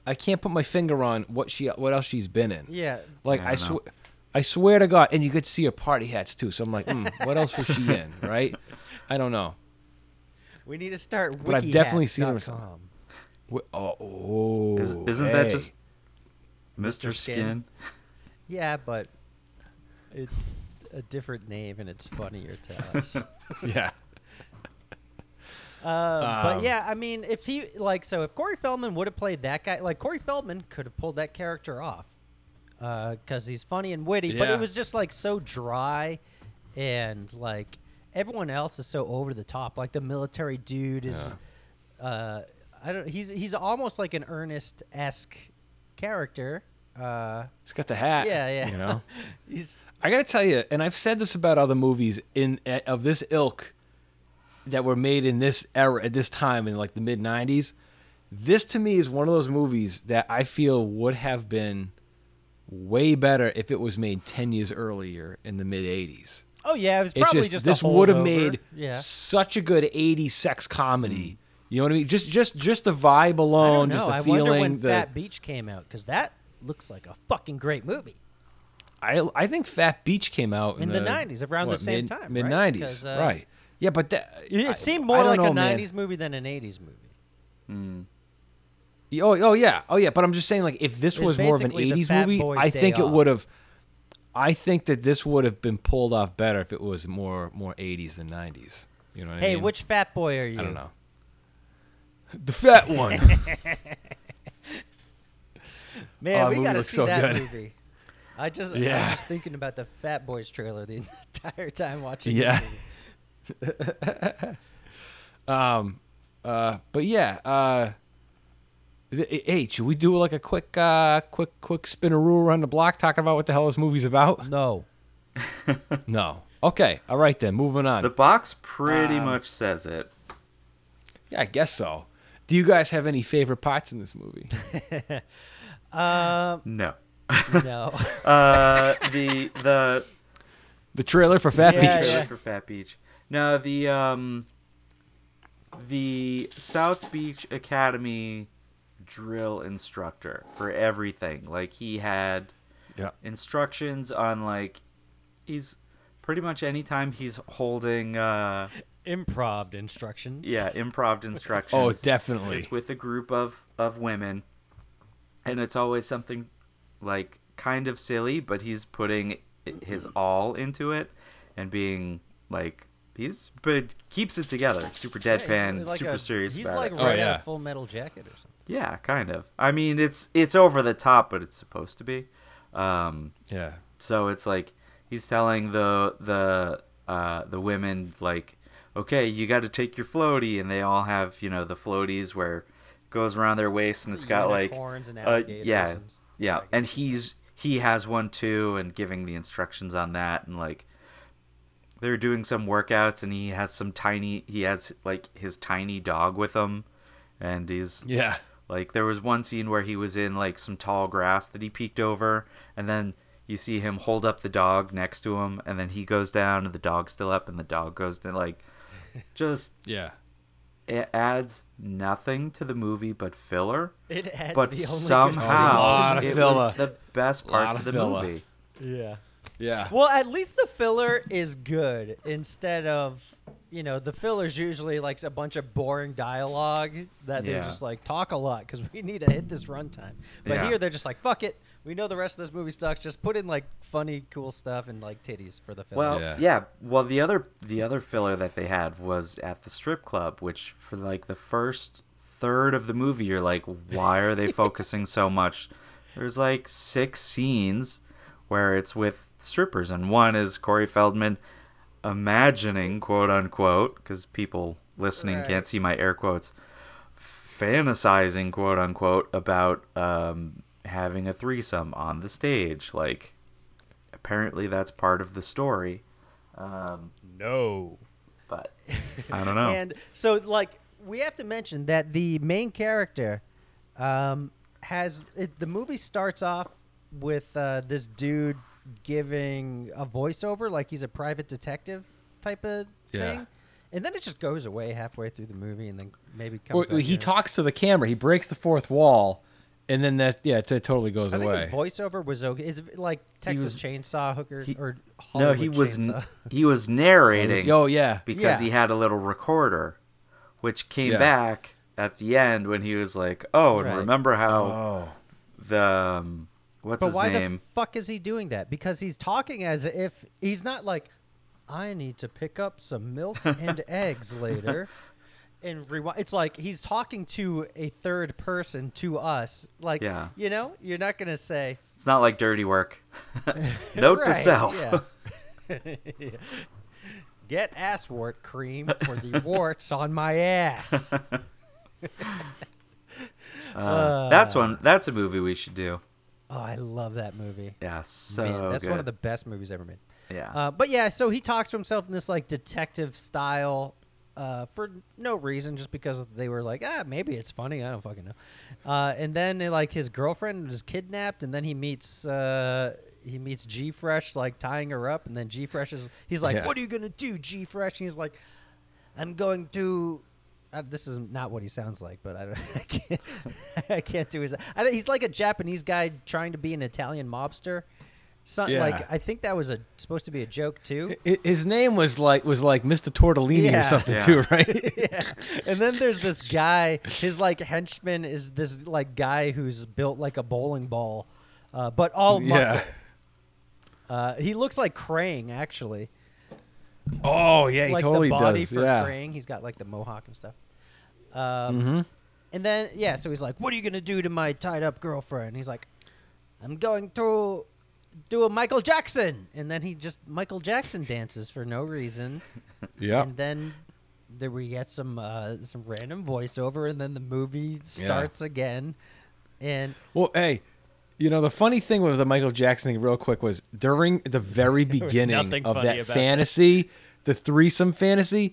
[SPEAKER 10] I can't put my finger on what she, what else she's been in.
[SPEAKER 11] Yeah,
[SPEAKER 10] Like
[SPEAKER 5] I
[SPEAKER 10] I,
[SPEAKER 5] don't know.
[SPEAKER 10] swear, I swear to God, and you "Hmm, could see her party hats too. So I'm like, mm, what else was she in, right? I don't know.
[SPEAKER 11] We need to start.
[SPEAKER 10] But I've definitely seen him in
[SPEAKER 11] wikihat.com.
[SPEAKER 10] something. Wh- Oh, oh
[SPEAKER 5] Is, isn't that
[SPEAKER 10] hey.
[SPEAKER 5] just Mr. Skin?
[SPEAKER 11] Skin. Yeah, but it's a different name and it's funnier to us.
[SPEAKER 10] yeah?
[SPEAKER 11] Uh, but
[SPEAKER 10] Um,
[SPEAKER 11] yeah, I mean, if he like so, if Corey Feldman would have played that guy, like Corey Feldman could have pulled that character off because he's funny and witty. But
[SPEAKER 10] Yeah.
[SPEAKER 11] it was just like so dry, and like everyone else is so over the top. Like the military dude is, uh, I don't. He's he's almost like an Ernest esque character. Uh,
[SPEAKER 10] He's got the hat.
[SPEAKER 11] yeah, yeah.
[SPEAKER 10] You know,
[SPEAKER 11] he's
[SPEAKER 10] I gotta tell you, and I've said this about other movies in eh, of this ilk that were made in this era at this time in like the mid '90s. This to me is one of those movies that I feel would have been way better if it was made ten years earlier in the mid '80s.
[SPEAKER 11] oh yeah, it was
[SPEAKER 10] It
[SPEAKER 11] probably
[SPEAKER 10] just,
[SPEAKER 11] just a
[SPEAKER 10] this would have
[SPEAKER 11] holdover.
[SPEAKER 10] made
[SPEAKER 11] yeah. Mm.
[SPEAKER 10] such a good '80s sex comedy. You know what I mean? Just just just the vibe alone,
[SPEAKER 11] I don't
[SPEAKER 10] just
[SPEAKER 11] know.
[SPEAKER 10] the
[SPEAKER 11] I
[SPEAKER 10] feeling.
[SPEAKER 11] wonder when
[SPEAKER 10] the,
[SPEAKER 11] Fat Beach came out because that looks like a fucking great movie
[SPEAKER 10] I I think Fat Beach came out in,
[SPEAKER 11] in the, 90s, around
[SPEAKER 10] what,
[SPEAKER 11] the same
[SPEAKER 10] mid,
[SPEAKER 11] time.
[SPEAKER 10] mid
[SPEAKER 11] right?
[SPEAKER 10] 90s,
[SPEAKER 11] 'Cause,
[SPEAKER 10] right?
[SPEAKER 11] uh,
[SPEAKER 10] Yeah, but that,
[SPEAKER 11] It
[SPEAKER 10] I-
[SPEAKER 11] seemed
[SPEAKER 10] I
[SPEAKER 11] more
[SPEAKER 10] don't
[SPEAKER 11] like
[SPEAKER 10] know,
[SPEAKER 11] a
[SPEAKER 10] man.
[SPEAKER 11] 90s movie than an 80s movie.
[SPEAKER 10] Oh, oh yeah, oh yeah. But I'm just saying, like, if this
[SPEAKER 11] It's
[SPEAKER 10] was more of an
[SPEAKER 11] basically the
[SPEAKER 10] '80s
[SPEAKER 11] Fat
[SPEAKER 10] movie,
[SPEAKER 11] Boys'
[SPEAKER 10] I
[SPEAKER 11] Day
[SPEAKER 10] think it
[SPEAKER 11] Off.
[SPEAKER 10] would have. I think that this would have been pulled off better if it was more more '80s than '90s. You know what I
[SPEAKER 11] Hey,
[SPEAKER 10] mean?
[SPEAKER 11] which fat boy are you?
[SPEAKER 10] I don't know. The fat one.
[SPEAKER 11] Man,
[SPEAKER 10] Oh,
[SPEAKER 11] we
[SPEAKER 10] movie
[SPEAKER 11] got to
[SPEAKER 10] looks
[SPEAKER 11] see
[SPEAKER 10] so
[SPEAKER 11] that
[SPEAKER 10] good.
[SPEAKER 11] movie. I just,
[SPEAKER 10] Yeah.
[SPEAKER 11] I was thinking about the Fat Boys trailer the entire time watching. this
[SPEAKER 10] yeah.
[SPEAKER 11] movie.
[SPEAKER 10] um, uh, but yeah. Uh, th- eh, hey, should we do like a quick, uh, quick, quick spin a rule around the block talking about what the hell this movie's about?
[SPEAKER 11] No.
[SPEAKER 10] No. Okay. All right then. Moving on.
[SPEAKER 5] The box pretty much says it.
[SPEAKER 10] Yeah, I guess so. Do you guys have any favorite parts in this movie?
[SPEAKER 5] No.
[SPEAKER 11] No.
[SPEAKER 5] Uh, the the
[SPEAKER 10] The trailer for Fat
[SPEAKER 11] Yeah,
[SPEAKER 10] Beach.
[SPEAKER 5] trailer for Fat Beach. Now the um the South Beach Academy drill instructor for everything. Like he had
[SPEAKER 10] Yeah.
[SPEAKER 5] instructions on like he's pretty much anytime he's holding uh
[SPEAKER 11] Improv instructions.
[SPEAKER 5] yeah, improv instructions.
[SPEAKER 10] Oh, definitely.
[SPEAKER 5] It's with a group of of women, and it's always something like kind of silly, but he's putting i- his all into it and being like he's but keeps it together, super
[SPEAKER 11] He's
[SPEAKER 5] deadpan,
[SPEAKER 11] like
[SPEAKER 5] super
[SPEAKER 11] a-
[SPEAKER 5] serious
[SPEAKER 11] He's
[SPEAKER 5] about
[SPEAKER 11] like
[SPEAKER 5] it.
[SPEAKER 11] right out
[SPEAKER 10] yeah.
[SPEAKER 11] of Full Metal Jacket or something.
[SPEAKER 5] Yeah, kind of. I mean, it's it's over the top, but it's supposed to be. Um,
[SPEAKER 10] Yeah.
[SPEAKER 5] so it's like he's telling the the uh, the women like, okay, you got to take your floaty, and they all have you know the floaties where it goes around their waist, and it's got like
[SPEAKER 11] Unicorns and
[SPEAKER 5] uh,
[SPEAKER 11] alligators
[SPEAKER 5] yeah,
[SPEAKER 11] and s-
[SPEAKER 5] yeah, and he's he has one too, and giving the instructions on that, and like they're doing some workouts, and he has some tiny he has like his tiny dog with him, and he's
[SPEAKER 10] Yeah.
[SPEAKER 5] like there was one scene where he was in like some tall grass that he peeked over, and then you see him hold up the dog next to him, and then he goes down, and the dog's still up, and the dog goes down. Like, just
[SPEAKER 10] Yeah.
[SPEAKER 5] it adds nothing to the movie but filler.
[SPEAKER 11] It adds
[SPEAKER 5] but
[SPEAKER 11] the only good
[SPEAKER 5] somehow
[SPEAKER 10] Lot of
[SPEAKER 5] it
[SPEAKER 10] filler.
[SPEAKER 5] was the best
[SPEAKER 10] Lot
[SPEAKER 5] parts
[SPEAKER 10] of
[SPEAKER 5] of the
[SPEAKER 10] filler.
[SPEAKER 5] movie.
[SPEAKER 11] Yeah.
[SPEAKER 10] Yeah.
[SPEAKER 11] Well, at least the filler is good instead of, you know, the filler's usually like a bunch of boring dialogue that they're
[SPEAKER 5] Yeah.
[SPEAKER 11] just like talk a lot because we need to hit this runtime. But
[SPEAKER 5] Yeah.
[SPEAKER 11] here they're just like fuck it. We know the rest of this movie sucks. Just put in like funny, cool stuff and like titties for the filler.
[SPEAKER 5] Well,
[SPEAKER 10] Yeah.
[SPEAKER 5] yeah. Well, the other the other filler that they had was at the strip club, which for like the first third of the movie, you're like, why are they focusing so much? There's like six scenes where it's with strippers, and one is Corey Feldman imagining, quote unquote, because people listening
[SPEAKER 11] Right.
[SPEAKER 5] can't see my air quotes, fantasizing, quote unquote, about um, having a threesome on the stage, like apparently that's part of the story. Um,
[SPEAKER 11] no.
[SPEAKER 5] But I don't know.
[SPEAKER 11] And so, like, we have to mention that the main character um, has it, the movie starts off with uh, this dude giving a voiceover, like he's a private detective type of
[SPEAKER 10] Yeah.
[SPEAKER 11] thing, and then it just goes away halfway through the movie, and then maybe comes.
[SPEAKER 10] Well,
[SPEAKER 11] back
[SPEAKER 10] he
[SPEAKER 11] in.
[SPEAKER 10] talks to the camera. He breaks the fourth wall, and then that yeah, it, it totally goes
[SPEAKER 11] I think
[SPEAKER 10] away.
[SPEAKER 11] his voiceover was okay. Is it like Texas
[SPEAKER 5] was-
[SPEAKER 11] Chainsaw Hooker
[SPEAKER 5] he-
[SPEAKER 11] or
[SPEAKER 5] no,
[SPEAKER 11] Hollywood
[SPEAKER 5] he was
[SPEAKER 11] Chainsaw?
[SPEAKER 5] he was narrating
[SPEAKER 10] oh yeah.
[SPEAKER 5] because
[SPEAKER 11] Yeah.
[SPEAKER 5] he had a little recorder which came
[SPEAKER 10] Yeah.
[SPEAKER 5] back at the end when he was like, "Oh, and
[SPEAKER 11] Right.
[SPEAKER 5] remember how
[SPEAKER 10] Oh.
[SPEAKER 5] the um, what's
[SPEAKER 11] But
[SPEAKER 5] his
[SPEAKER 11] why
[SPEAKER 5] name?"
[SPEAKER 11] the fuck is he doing that? Because he's talking as if he's not like, I need to pick up some milk and eggs later. And rewind. It's like he's talking to a third person to us. Like,
[SPEAKER 5] Yeah.
[SPEAKER 11] you know, you're not gonna say
[SPEAKER 5] it's not like dirty work. Note to
[SPEAKER 11] "Right,
[SPEAKER 5] self.
[SPEAKER 11] yeah." Get ass wart cream for the warts on my ass.
[SPEAKER 5] Uh, that's one. That's a movie we should do.
[SPEAKER 11] Oh, I love that movie.
[SPEAKER 5] Yeah, so
[SPEAKER 11] Man, that's one of the
[SPEAKER 5] good.
[SPEAKER 11] best movies ever made.
[SPEAKER 5] Yeah.
[SPEAKER 11] Uh, but yeah, so he talks to himself in this like detective style, uh, for no reason, just because they were like, ah, maybe it's funny. I don't fucking know. Uh, and then like his girlfriend is kidnapped, and then he meets uh, he meets G Fresh like tying her up, and then G Fresh is he's like,
[SPEAKER 10] Yeah.
[SPEAKER 11] what are you gonna do, G Fresh? And he's like, I'm going to. Uh, this is not what he sounds like, but I, don't, I can't. I can't do his. I don't- he's like a Japanese guy trying to be an Italian mobster. Something
[SPEAKER 10] Yeah.
[SPEAKER 11] like I think that was a supposed to be a joke too.
[SPEAKER 10] Hi- His name was like was like Mr. Tortellini
[SPEAKER 11] Yeah.
[SPEAKER 10] or something
[SPEAKER 5] Yeah.
[SPEAKER 10] too, right?
[SPEAKER 11] yeah. And then there's this guy. His like henchman is this like guy who's built like a bowling ball, uh, but all muscle.
[SPEAKER 10] yeah.
[SPEAKER 11] Uh, he looks like Krang actually.
[SPEAKER 10] Oh yeah, he
[SPEAKER 11] like
[SPEAKER 10] totally
[SPEAKER 11] the body
[SPEAKER 10] does.
[SPEAKER 11] for
[SPEAKER 10] yeah. Mm-hmm.
[SPEAKER 11] Krang. He's got like the mohawk and stuff. Um, And then yeah, so he's like, "What are you gonna do to my tied up girlfriend?" he's like, "I'm going to do a Michael Jackson." And then he just Michael Jackson dances for no reason.
[SPEAKER 10] Yeah.
[SPEAKER 11] And then there we get some uh, some random voiceover, and then the movie starts again. And
[SPEAKER 10] Well, hey, you know the funny thing was the Michael Jackson thing. Real quick was during the very beginning
[SPEAKER 12] nothing
[SPEAKER 10] of
[SPEAKER 12] funny
[SPEAKER 10] that
[SPEAKER 12] about that.
[SPEAKER 10] fantasy, the threesome fantasy.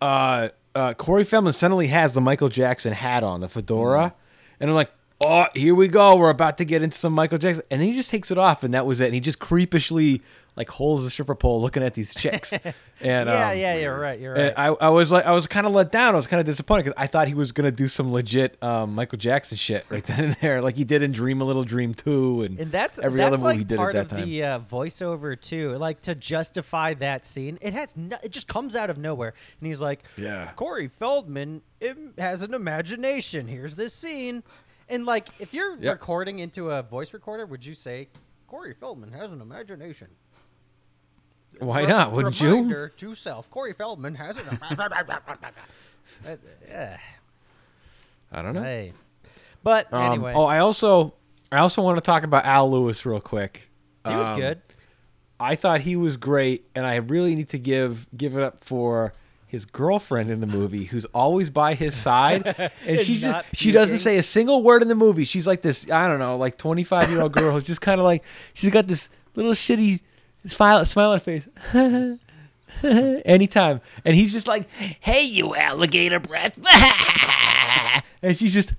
[SPEAKER 10] Uh, uh, Corey Feldman suddenly has the Michael Jackson hat on, the fedora,
[SPEAKER 12] Mm-hmm.
[SPEAKER 10] and I'm like, oh, here we go. We're about to get into some Michael Jackson, and then he just takes it off, and that was it. And he just creepishly like holds the stripper pole, looking at these chicks. and
[SPEAKER 11] yeah,
[SPEAKER 10] um,
[SPEAKER 11] yeah, you're right, you're right.
[SPEAKER 10] and I, I was like, I was kind of let down. I was kind of disappointed because I thought he was gonna do some legit um, Michael Jackson shit right then and there, like he did in Dream a Little Dream Two, and,
[SPEAKER 11] And that's
[SPEAKER 10] every
[SPEAKER 11] that's
[SPEAKER 10] other movie
[SPEAKER 11] like
[SPEAKER 10] he did at
[SPEAKER 11] part
[SPEAKER 10] that
[SPEAKER 11] of
[SPEAKER 10] time.
[SPEAKER 11] the uh, voiceover too, like to justify that scene. It has no, it just comes out of nowhere, and he's like,
[SPEAKER 10] Yeah.
[SPEAKER 11] Corey Feldman im- has an imagination. Here's this scene, and like if you're
[SPEAKER 10] Yep.
[SPEAKER 11] recording into a voice recorder, would you say Corey Feldman has an imagination?
[SPEAKER 10] Why
[SPEAKER 11] Re-
[SPEAKER 10] not? Wouldn't you?
[SPEAKER 11] uh, reminder to self, Corey Feldman has an. Uh, yeah,
[SPEAKER 10] I don't know.
[SPEAKER 11] hey, but
[SPEAKER 10] Um,
[SPEAKER 11] anyway,
[SPEAKER 10] Oh, I also, I also want to talk about Al Lewis real quick.
[SPEAKER 11] he was
[SPEAKER 10] Um,
[SPEAKER 11] good.
[SPEAKER 10] I thought he was great, and I really need to give give it up for his girlfriend in the movie, who's always by his side, and, she just
[SPEAKER 11] not
[SPEAKER 10] she doesn't
[SPEAKER 11] puking.
[SPEAKER 10] say a single word in the movie. She's like this, I don't know, like twenty five year old girl who's just kind of like she's got this little shitty smile smile on her face. Anytime, and he's just like, "Hey, you alligator breath," and she's just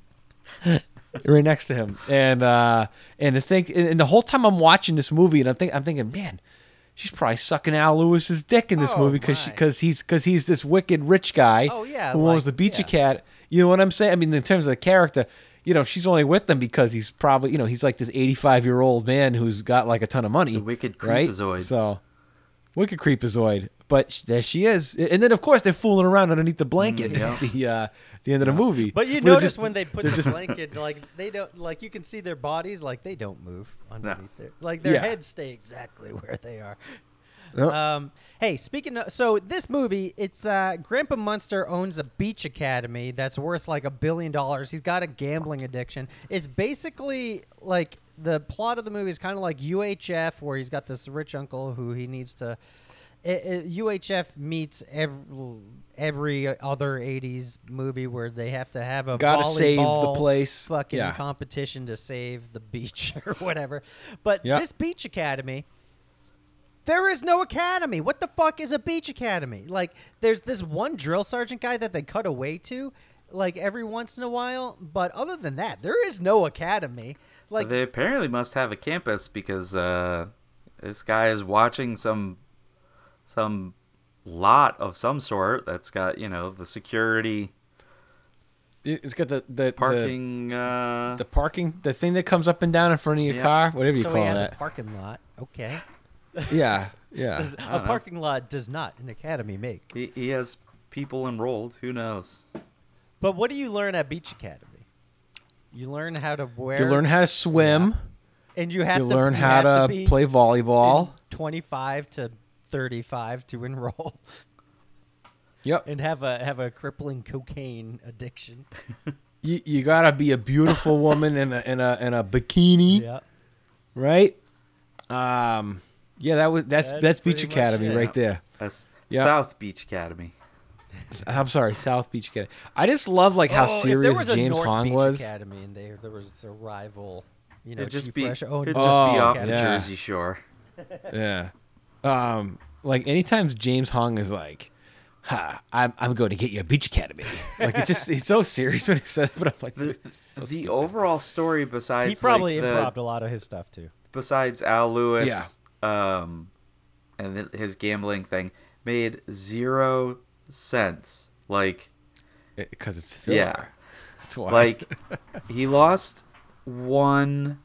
[SPEAKER 10] right next to him. And uh and to think and, and the whole time I'm watching this movie and I'm think I'm thinking, man, she's probably sucking Al Lewis's dick in this
[SPEAKER 11] Oh,
[SPEAKER 10] movie because
[SPEAKER 11] my.
[SPEAKER 10] because he's because he's this wicked rich guy
[SPEAKER 11] Oh, yeah,
[SPEAKER 10] who owns the
[SPEAKER 11] like,
[SPEAKER 10] Beachy
[SPEAKER 11] yeah.
[SPEAKER 10] Cat. You know what I'm saying? I mean, in terms of the character, you know, she's only with them because he's probably you know he's like this 85 year old man who's got like a ton of money.
[SPEAKER 5] He's a wicked
[SPEAKER 10] right?
[SPEAKER 5] creepazoid.
[SPEAKER 10] So wicked creepazoid. But sh- there she is, and then of course they're fooling around underneath the blanket
[SPEAKER 5] yeah.
[SPEAKER 10] at the uh, the end of the movie.
[SPEAKER 11] But you
[SPEAKER 10] Where they're
[SPEAKER 11] notice
[SPEAKER 10] just-
[SPEAKER 11] when they put
[SPEAKER 10] they're
[SPEAKER 11] the
[SPEAKER 10] just-
[SPEAKER 11] blanket, like they don't, like you can see their bodies, like they don't move underneath their, like their
[SPEAKER 10] Yeah.
[SPEAKER 11] heads stay exactly where they are.
[SPEAKER 10] Yep.
[SPEAKER 11] Um, hey, speaking of, so this movie, it's uh, Grandpa Munster owns a beach academy that's worth like a billion dollars. He's got a gambling addiction. It's basically like the plot of the movie is kind of like UHF, where he's got this rich uncle who he needs to. it- it- UHF meets every, every other 80s movie where they have to have a
[SPEAKER 10] Gotta save the
[SPEAKER 11] volleyball
[SPEAKER 10] place.
[SPEAKER 11] fucking
[SPEAKER 10] Yeah.
[SPEAKER 11] competition to save the beach or whatever. But
[SPEAKER 10] Yeah.
[SPEAKER 11] this beach academy, there is no academy. What the fuck is a beach academy? Like, there's this one drill sergeant guy that they cut away to, like every once in a while. But other than that, there is no academy. Like,
[SPEAKER 5] they apparently must have a campus because uh, this guy is watching some some lot of some sort that's got you know the security
[SPEAKER 10] It's got the the parking,
[SPEAKER 5] parking. uh,
[SPEAKER 10] the, the parking, the thing that comes up and down in front of your
[SPEAKER 5] Yeah.
[SPEAKER 10] car, whatever you
[SPEAKER 11] so he
[SPEAKER 10] call
[SPEAKER 11] has
[SPEAKER 10] that.
[SPEAKER 11] a parking lot. Okay,
[SPEAKER 10] yeah, yeah.
[SPEAKER 11] a parking lot does not an academy make.
[SPEAKER 5] he, he has people enrolled. Who knows?
[SPEAKER 11] But what do you learn at Beach Academy? You learn how to wear.
[SPEAKER 10] You learn how to swim.
[SPEAKER 11] And you have
[SPEAKER 10] you
[SPEAKER 11] to
[SPEAKER 10] learn
[SPEAKER 11] you
[SPEAKER 10] how
[SPEAKER 11] have to,
[SPEAKER 10] to
[SPEAKER 11] be
[SPEAKER 10] play volleyball.
[SPEAKER 11] in 25 to 35 to enroll.
[SPEAKER 10] Yep.
[SPEAKER 11] And have a have a crippling cocaine addiction.
[SPEAKER 10] You, you gotta be a beautiful woman in a in a in a bikini.
[SPEAKER 11] Yeah.
[SPEAKER 10] Right. Um. Yeah. That was that's
[SPEAKER 11] That's
[SPEAKER 10] that's, Beach
[SPEAKER 11] pretty much
[SPEAKER 10] Academy
[SPEAKER 11] it.
[SPEAKER 10] right there.
[SPEAKER 5] That's
[SPEAKER 10] Yeah.
[SPEAKER 5] South Beach Academy.
[SPEAKER 10] S- I'm sorry, South Beach Academy. I just love like how
[SPEAKER 11] Oh, if there
[SPEAKER 10] serious
[SPEAKER 11] was a
[SPEAKER 10] James
[SPEAKER 11] North
[SPEAKER 10] Hong
[SPEAKER 11] Beach
[SPEAKER 10] was.
[SPEAKER 11] Academy and there there was a rival, you know,
[SPEAKER 5] it'd just
[SPEAKER 11] Chief
[SPEAKER 5] be,
[SPEAKER 11] Russia owned
[SPEAKER 5] it'd just be
[SPEAKER 11] by-
[SPEAKER 10] Oh,
[SPEAKER 5] off the
[SPEAKER 10] yeah.
[SPEAKER 5] Jersey Shore.
[SPEAKER 10] Yeah. Um. Like anytime James Hong is like, "Ha, I'm I'm going to get you a Beach Academy." Like it just it's so serious when he says, it, but I'm like,
[SPEAKER 5] The,
[SPEAKER 10] "This is so
[SPEAKER 5] the
[SPEAKER 10] stupid."
[SPEAKER 5] overall story, besides
[SPEAKER 11] he probably
[SPEAKER 5] like, the-
[SPEAKER 11] improved a lot of his stuff too.
[SPEAKER 5] besides Al Lewis um, and th- his gambling thing made zero sense. Like,
[SPEAKER 10] because it's filler.
[SPEAKER 5] Yeah.
[SPEAKER 10] That's why.
[SPEAKER 5] like he lost one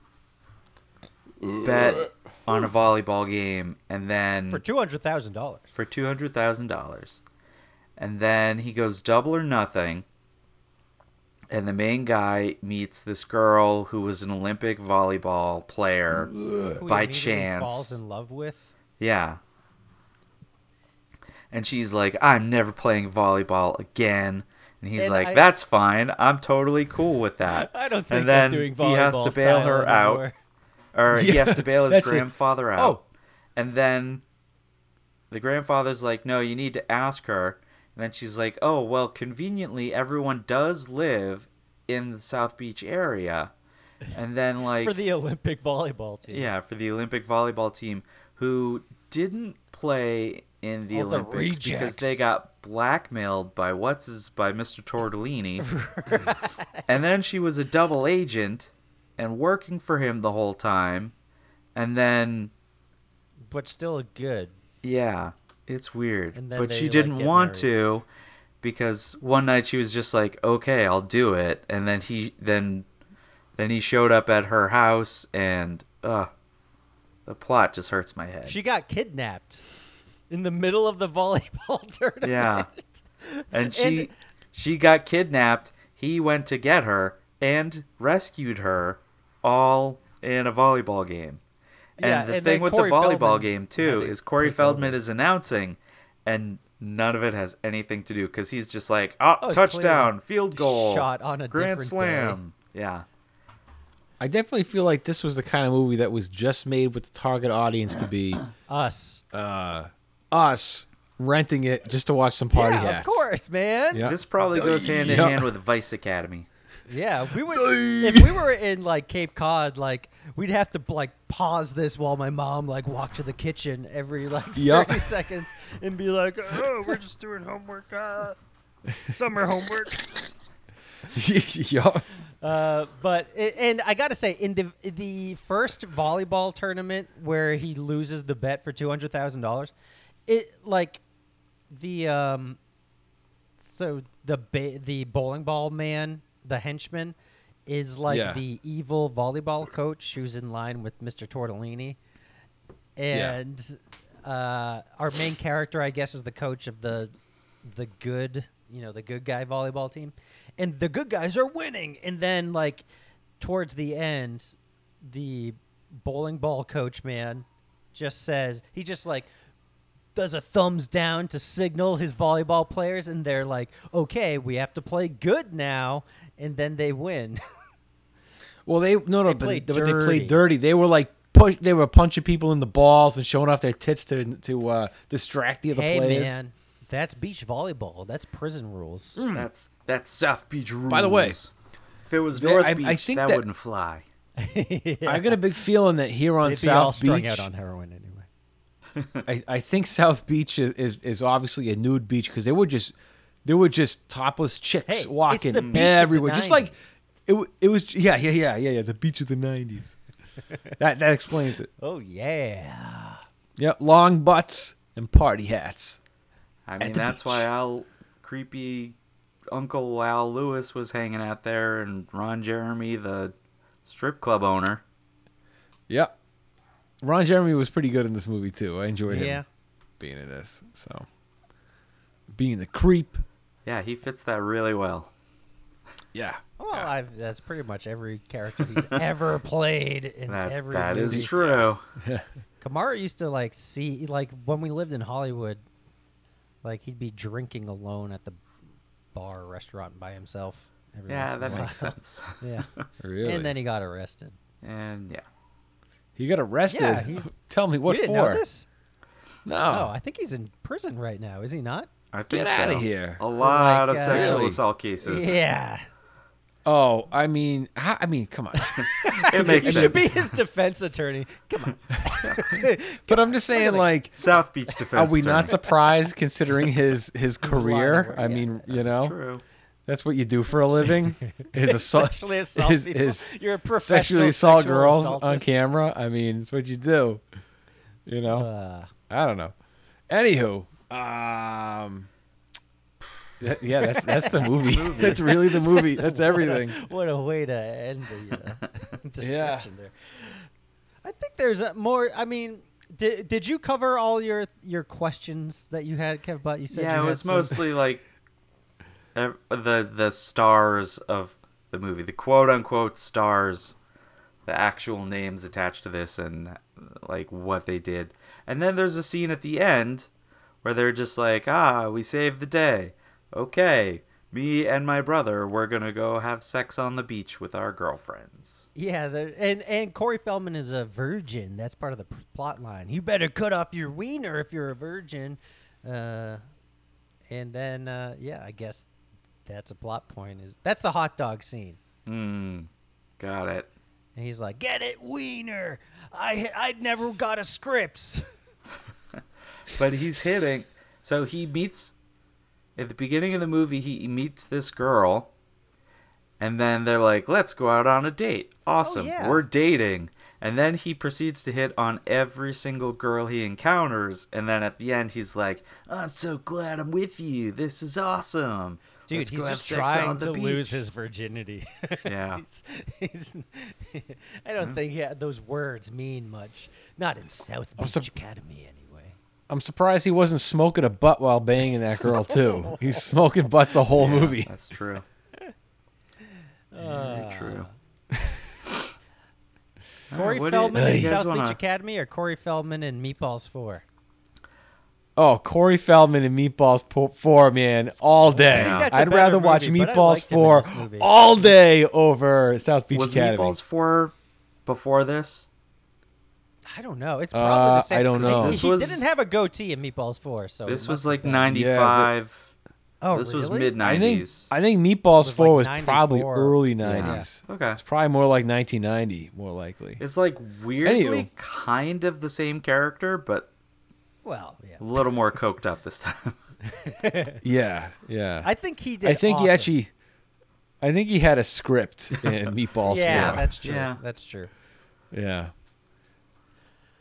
[SPEAKER 5] bet on a volleyball game, and then
[SPEAKER 11] For two hundred thousand dollars.
[SPEAKER 5] for two hundred thousand dollars, and then he goes double or nothing. And the main guy meets this girl who was an Olympic volleyball player by chance.
[SPEAKER 11] falls in love with.
[SPEAKER 5] Yeah. And she's like, I'm never playing volleyball again. And he's
[SPEAKER 11] And
[SPEAKER 5] like,
[SPEAKER 11] I-
[SPEAKER 5] That's fine. I'm totally cool with that.
[SPEAKER 11] I don't think
[SPEAKER 5] And then
[SPEAKER 11] I'm doing volleyball
[SPEAKER 5] he has to bail
[SPEAKER 11] style
[SPEAKER 5] her
[SPEAKER 11] anymore.
[SPEAKER 5] out, or he
[SPEAKER 10] Yeah,
[SPEAKER 5] has to bail his
[SPEAKER 10] that's it.
[SPEAKER 5] grandfather out.
[SPEAKER 10] Oh.
[SPEAKER 5] And then the grandfather's like, No, you need to ask her. And then she's like, Oh, well, conveniently, everyone does live in the South Beach area. And then, like,
[SPEAKER 11] for the Olympic volleyball team.
[SPEAKER 5] yeah, for the Olympic volleyball team who didn't play in the
[SPEAKER 11] All the
[SPEAKER 5] Olympics because
[SPEAKER 11] rejects.
[SPEAKER 5] they got blackmailed by what's his by Mr. Tortellini. and then she was a double agent and working for him the whole time. And then
[SPEAKER 11] but still good.
[SPEAKER 5] yeah, it's weird.
[SPEAKER 11] And then
[SPEAKER 5] But
[SPEAKER 11] they,
[SPEAKER 5] she
[SPEAKER 11] like,
[SPEAKER 5] didn't
[SPEAKER 11] get
[SPEAKER 5] want
[SPEAKER 11] married.
[SPEAKER 5] to because one night she was just like, "Okay, I'll do it." And then he then then he showed up at her house and uh the plot just hurts my head.
[SPEAKER 11] She got kidnapped in the middle of the volleyball tournament.
[SPEAKER 5] Yeah. And she she got kidnapped. He went to get her and rescued her all in a volleyball game. And
[SPEAKER 11] Yeah,
[SPEAKER 5] the
[SPEAKER 11] and
[SPEAKER 5] thing
[SPEAKER 11] then
[SPEAKER 5] with
[SPEAKER 11] Corey
[SPEAKER 5] the volleyball
[SPEAKER 11] Feldman
[SPEAKER 5] game too
[SPEAKER 11] had to
[SPEAKER 5] is Corey
[SPEAKER 11] take over.
[SPEAKER 5] Feldman is announcing and none of it has anything to do because he's just like, oh,
[SPEAKER 11] Oh, it's
[SPEAKER 5] touchdown,
[SPEAKER 11] clearly
[SPEAKER 5] field goal,
[SPEAKER 11] shot on a
[SPEAKER 5] grand
[SPEAKER 11] different
[SPEAKER 5] slam. Yeah,
[SPEAKER 10] I definitely feel like this was the kind of movie that was just made with the target audience to be
[SPEAKER 11] Us.
[SPEAKER 10] us renting it just to watch some party
[SPEAKER 11] yeah,
[SPEAKER 10] hats.
[SPEAKER 11] of course, man.
[SPEAKER 10] Yeah.
[SPEAKER 5] this probably goes hand in
[SPEAKER 10] Yeah.
[SPEAKER 5] hand with Vice Academy.
[SPEAKER 11] Yeah, we would. if we were in like Cape Cod, like we'd have to like pause this while my mom like walked to the kitchen every like thirty
[SPEAKER 10] Yup.
[SPEAKER 11] seconds and be like, "Oh, we're just doing homework, uh, summer homework."
[SPEAKER 10] Yup.
[SPEAKER 11] Uh, but it, and I gotta say, in the the first volleyball tournament where he loses the bet for two hundred thousand dollars, it like the um, so the ba- the bowling ball man, the henchman, is like
[SPEAKER 10] Yeah.
[SPEAKER 11] the evil volleyball coach who's in line with Mister Tortellini, and uh, our main character, I guess, is the coach of the the good, you know, the good guy volleyball team, and the good guys are winning. And then, like, towards the end, the bowling ball coach man just says he just like does a thumbs down to signal his volleyball players, and they're like, "Okay, we have to play good now," and then they win.
[SPEAKER 10] Well, they no no,
[SPEAKER 11] They
[SPEAKER 10] but,
[SPEAKER 11] played
[SPEAKER 10] they, but they
[SPEAKER 11] dirty.
[SPEAKER 10] played dirty. They were like push. They were punching people in the balls and showing off their tits to to uh, distract the other
[SPEAKER 11] hey,
[SPEAKER 10] players.
[SPEAKER 11] man, that's beach volleyball. That's prison rules.
[SPEAKER 5] That's that's South Beach rules.
[SPEAKER 10] the way,
[SPEAKER 5] if it was
[SPEAKER 10] there-
[SPEAKER 5] North
[SPEAKER 10] I- I
[SPEAKER 5] Beach,
[SPEAKER 10] think
[SPEAKER 5] that,
[SPEAKER 10] that-
[SPEAKER 5] wouldn't fly.
[SPEAKER 10] I got a big feeling that here on
[SPEAKER 11] They'd be all
[SPEAKER 10] South
[SPEAKER 11] strung
[SPEAKER 10] Beach,
[SPEAKER 11] out on heroin anyway.
[SPEAKER 10] I, I think South Beach is, is, is obviously a nude beach because they were just they were just topless
[SPEAKER 11] Hey,
[SPEAKER 10] chicks
[SPEAKER 11] it's
[SPEAKER 10] walking
[SPEAKER 11] the beach of the
[SPEAKER 10] everywhere, just like
[SPEAKER 11] 90s.
[SPEAKER 10] it. w- It was yeah yeah yeah yeah yeah the beach of the nineties. that that explains it.
[SPEAKER 11] Oh yeah.
[SPEAKER 10] Yep, long butts and party hats.
[SPEAKER 5] I mean,
[SPEAKER 10] the
[SPEAKER 5] that's why
[SPEAKER 10] beach.
[SPEAKER 5] Al, creepy Uncle Al Lewis was hanging out there, and Ron Jeremy, the strip club owner.
[SPEAKER 10] Yep. Ron Jeremy was pretty good in this movie too. I enjoyed him
[SPEAKER 11] Yeah.
[SPEAKER 10] being in this. So being the creep.
[SPEAKER 5] Yeah, he fits that really well.
[SPEAKER 10] Yeah.
[SPEAKER 11] Well, i that's pretty much every character he's ever played in
[SPEAKER 5] That-
[SPEAKER 11] every
[SPEAKER 5] that is
[SPEAKER 11] movie.
[SPEAKER 5] true.
[SPEAKER 11] Kamara used to like see like when we lived in Hollywood, like he'd be drinking alone at the bar or restaurant by himself. Every
[SPEAKER 5] Yeah,
[SPEAKER 11] once in a
[SPEAKER 5] that
[SPEAKER 11] while.
[SPEAKER 5] makes sense.
[SPEAKER 11] yeah.
[SPEAKER 10] Really?
[SPEAKER 11] And then he got arrested.
[SPEAKER 5] And yeah.
[SPEAKER 10] He got arrested.
[SPEAKER 11] Yeah, he's-
[SPEAKER 10] Tell me what
[SPEAKER 11] you didn't
[SPEAKER 10] for?
[SPEAKER 11] Know this?
[SPEAKER 10] No.
[SPEAKER 11] Oh, I think he's in prison right now. Is he not?
[SPEAKER 5] I think
[SPEAKER 10] Get
[SPEAKER 5] so.
[SPEAKER 10] outta here.
[SPEAKER 5] A lot
[SPEAKER 11] like,
[SPEAKER 5] of
[SPEAKER 11] uh,
[SPEAKER 5] sexual
[SPEAKER 10] Really?
[SPEAKER 5] assault cases.
[SPEAKER 11] Yeah.
[SPEAKER 10] Oh, I mean, how, I mean, come on.
[SPEAKER 5] It makes
[SPEAKER 11] You should
[SPEAKER 5] sense.
[SPEAKER 11] be his defense attorney. Come on.
[SPEAKER 10] but I'm just saying, like,
[SPEAKER 5] South Beach
[SPEAKER 10] are
[SPEAKER 5] defense.
[SPEAKER 10] we not
[SPEAKER 5] attorney.
[SPEAKER 10] surprised considering his his career?
[SPEAKER 11] work,
[SPEAKER 10] I
[SPEAKER 11] yeah,
[SPEAKER 10] mean, you
[SPEAKER 5] That's
[SPEAKER 10] know,
[SPEAKER 5] true.
[SPEAKER 10] that's what you do for a living. Is assault,
[SPEAKER 11] Sexually assault
[SPEAKER 10] is,
[SPEAKER 11] people.
[SPEAKER 10] is
[SPEAKER 11] You're a professional
[SPEAKER 10] sexually assault
[SPEAKER 11] sexual
[SPEAKER 10] girls on
[SPEAKER 11] assaultist.
[SPEAKER 10] camera. I mean, it's what you do. You know,
[SPEAKER 11] Uh,
[SPEAKER 10] I don't know. Anywho, um, that- yeah, that's that's the movie. that's really the movie. That's everything.
[SPEAKER 11] what a way to end the uh, description
[SPEAKER 10] Yeah.
[SPEAKER 11] there. I think there's a more. I mean, did did you cover all your your questions that you had, Kev? But you said you
[SPEAKER 5] Yeah, it
[SPEAKER 11] had
[SPEAKER 5] was
[SPEAKER 11] some-
[SPEAKER 5] mostly like ev- the the stars of the movie, the quote unquote stars, the actual names attached to this, and like what they did. And then there's a scene at the end where they're just like, "Ah, we saved the day. Okay, me and my brother, we're gonna go have sex on the beach with our girlfriends."
[SPEAKER 11] Yeah, there, and and Corey Feldman is a virgin. That's part of the p- plot line. You better cut off your wiener if you're a virgin. Uh, and then uh, yeah, I guess that's a plot point. Is that's the hot dog scene?
[SPEAKER 5] Hmm, got it.
[SPEAKER 11] And he's like, "Get it, wiener! I I'd never got a scripts."
[SPEAKER 5] but he's hitting. So he meets at the beginning of the movie. He meets this girl, and then they're like, "Let's go out on a date. Awesome,
[SPEAKER 11] Oh, yeah.
[SPEAKER 5] we're dating." And then he proceeds to hit on every single girl he encounters, and then at the end he's like, "I'm so glad I'm with you. This is awesome."
[SPEAKER 11] Dude,
[SPEAKER 5] Let's
[SPEAKER 11] he's
[SPEAKER 5] go have
[SPEAKER 11] just
[SPEAKER 5] sex
[SPEAKER 11] trying
[SPEAKER 5] on the
[SPEAKER 11] to
[SPEAKER 5] beach."
[SPEAKER 11] lose his virginity.
[SPEAKER 5] Yeah.
[SPEAKER 11] He's- he's- I don't think yeah, those words mean much. Not in South Beach
[SPEAKER 10] sup-
[SPEAKER 11] Academy, anyway.
[SPEAKER 10] I'm surprised he wasn't smoking a butt while banging that girl too. He's smoking butts the whole movie.
[SPEAKER 5] That's true.
[SPEAKER 11] Ah.
[SPEAKER 5] Very true.
[SPEAKER 11] Corey
[SPEAKER 5] what do you-
[SPEAKER 11] Feldman
[SPEAKER 5] what do
[SPEAKER 11] in
[SPEAKER 5] you guys
[SPEAKER 11] South Beach
[SPEAKER 5] wanna-
[SPEAKER 11] Academy or Corey Feldman in Meatballs 4?
[SPEAKER 10] Oh, Corey Feldman and Meatballs po- Four, man, all day.
[SPEAKER 5] I think
[SPEAKER 11] that's a
[SPEAKER 10] I'd
[SPEAKER 11] better
[SPEAKER 10] rather watch
[SPEAKER 11] movie, but I
[SPEAKER 10] Meatballs
[SPEAKER 11] liked him in
[SPEAKER 10] Four
[SPEAKER 11] this movie.
[SPEAKER 10] all day over South Beach
[SPEAKER 5] Was
[SPEAKER 10] Academy.
[SPEAKER 5] Meatballs four before this?
[SPEAKER 11] I don't know. It's probably
[SPEAKER 10] Uh,
[SPEAKER 11] the same.
[SPEAKER 10] I don't
[SPEAKER 11] 'cause he-
[SPEAKER 10] know.
[SPEAKER 11] He,
[SPEAKER 5] This was-
[SPEAKER 11] didn't have a goatee in Meatballs 4, so it
[SPEAKER 5] This
[SPEAKER 11] must
[SPEAKER 5] was
[SPEAKER 11] be
[SPEAKER 5] like
[SPEAKER 11] that.
[SPEAKER 5] ninety five.
[SPEAKER 11] Oh,
[SPEAKER 5] this was
[SPEAKER 11] really?
[SPEAKER 5] mid
[SPEAKER 10] I think
[SPEAKER 5] nineties.
[SPEAKER 10] I think Meatballs
[SPEAKER 11] was
[SPEAKER 10] Four
[SPEAKER 11] like
[SPEAKER 10] was probably
[SPEAKER 11] 94.
[SPEAKER 10] early
[SPEAKER 11] Yeah.
[SPEAKER 10] '90s.
[SPEAKER 5] Okay.
[SPEAKER 10] It's probably more like 1990, more likely.
[SPEAKER 5] It's like weirdly
[SPEAKER 10] Anywho.
[SPEAKER 5] kind of the same character, but
[SPEAKER 11] Well, yeah.
[SPEAKER 5] a little more coked up this time.
[SPEAKER 10] Yeah, yeah.
[SPEAKER 11] I think he did.
[SPEAKER 10] I think he
[SPEAKER 11] awesome.
[SPEAKER 10] actually, I think he had a script in Meatballs
[SPEAKER 11] Yeah,
[SPEAKER 10] Four.
[SPEAKER 11] that's true.
[SPEAKER 5] Yeah.
[SPEAKER 11] That's true.
[SPEAKER 10] Yeah.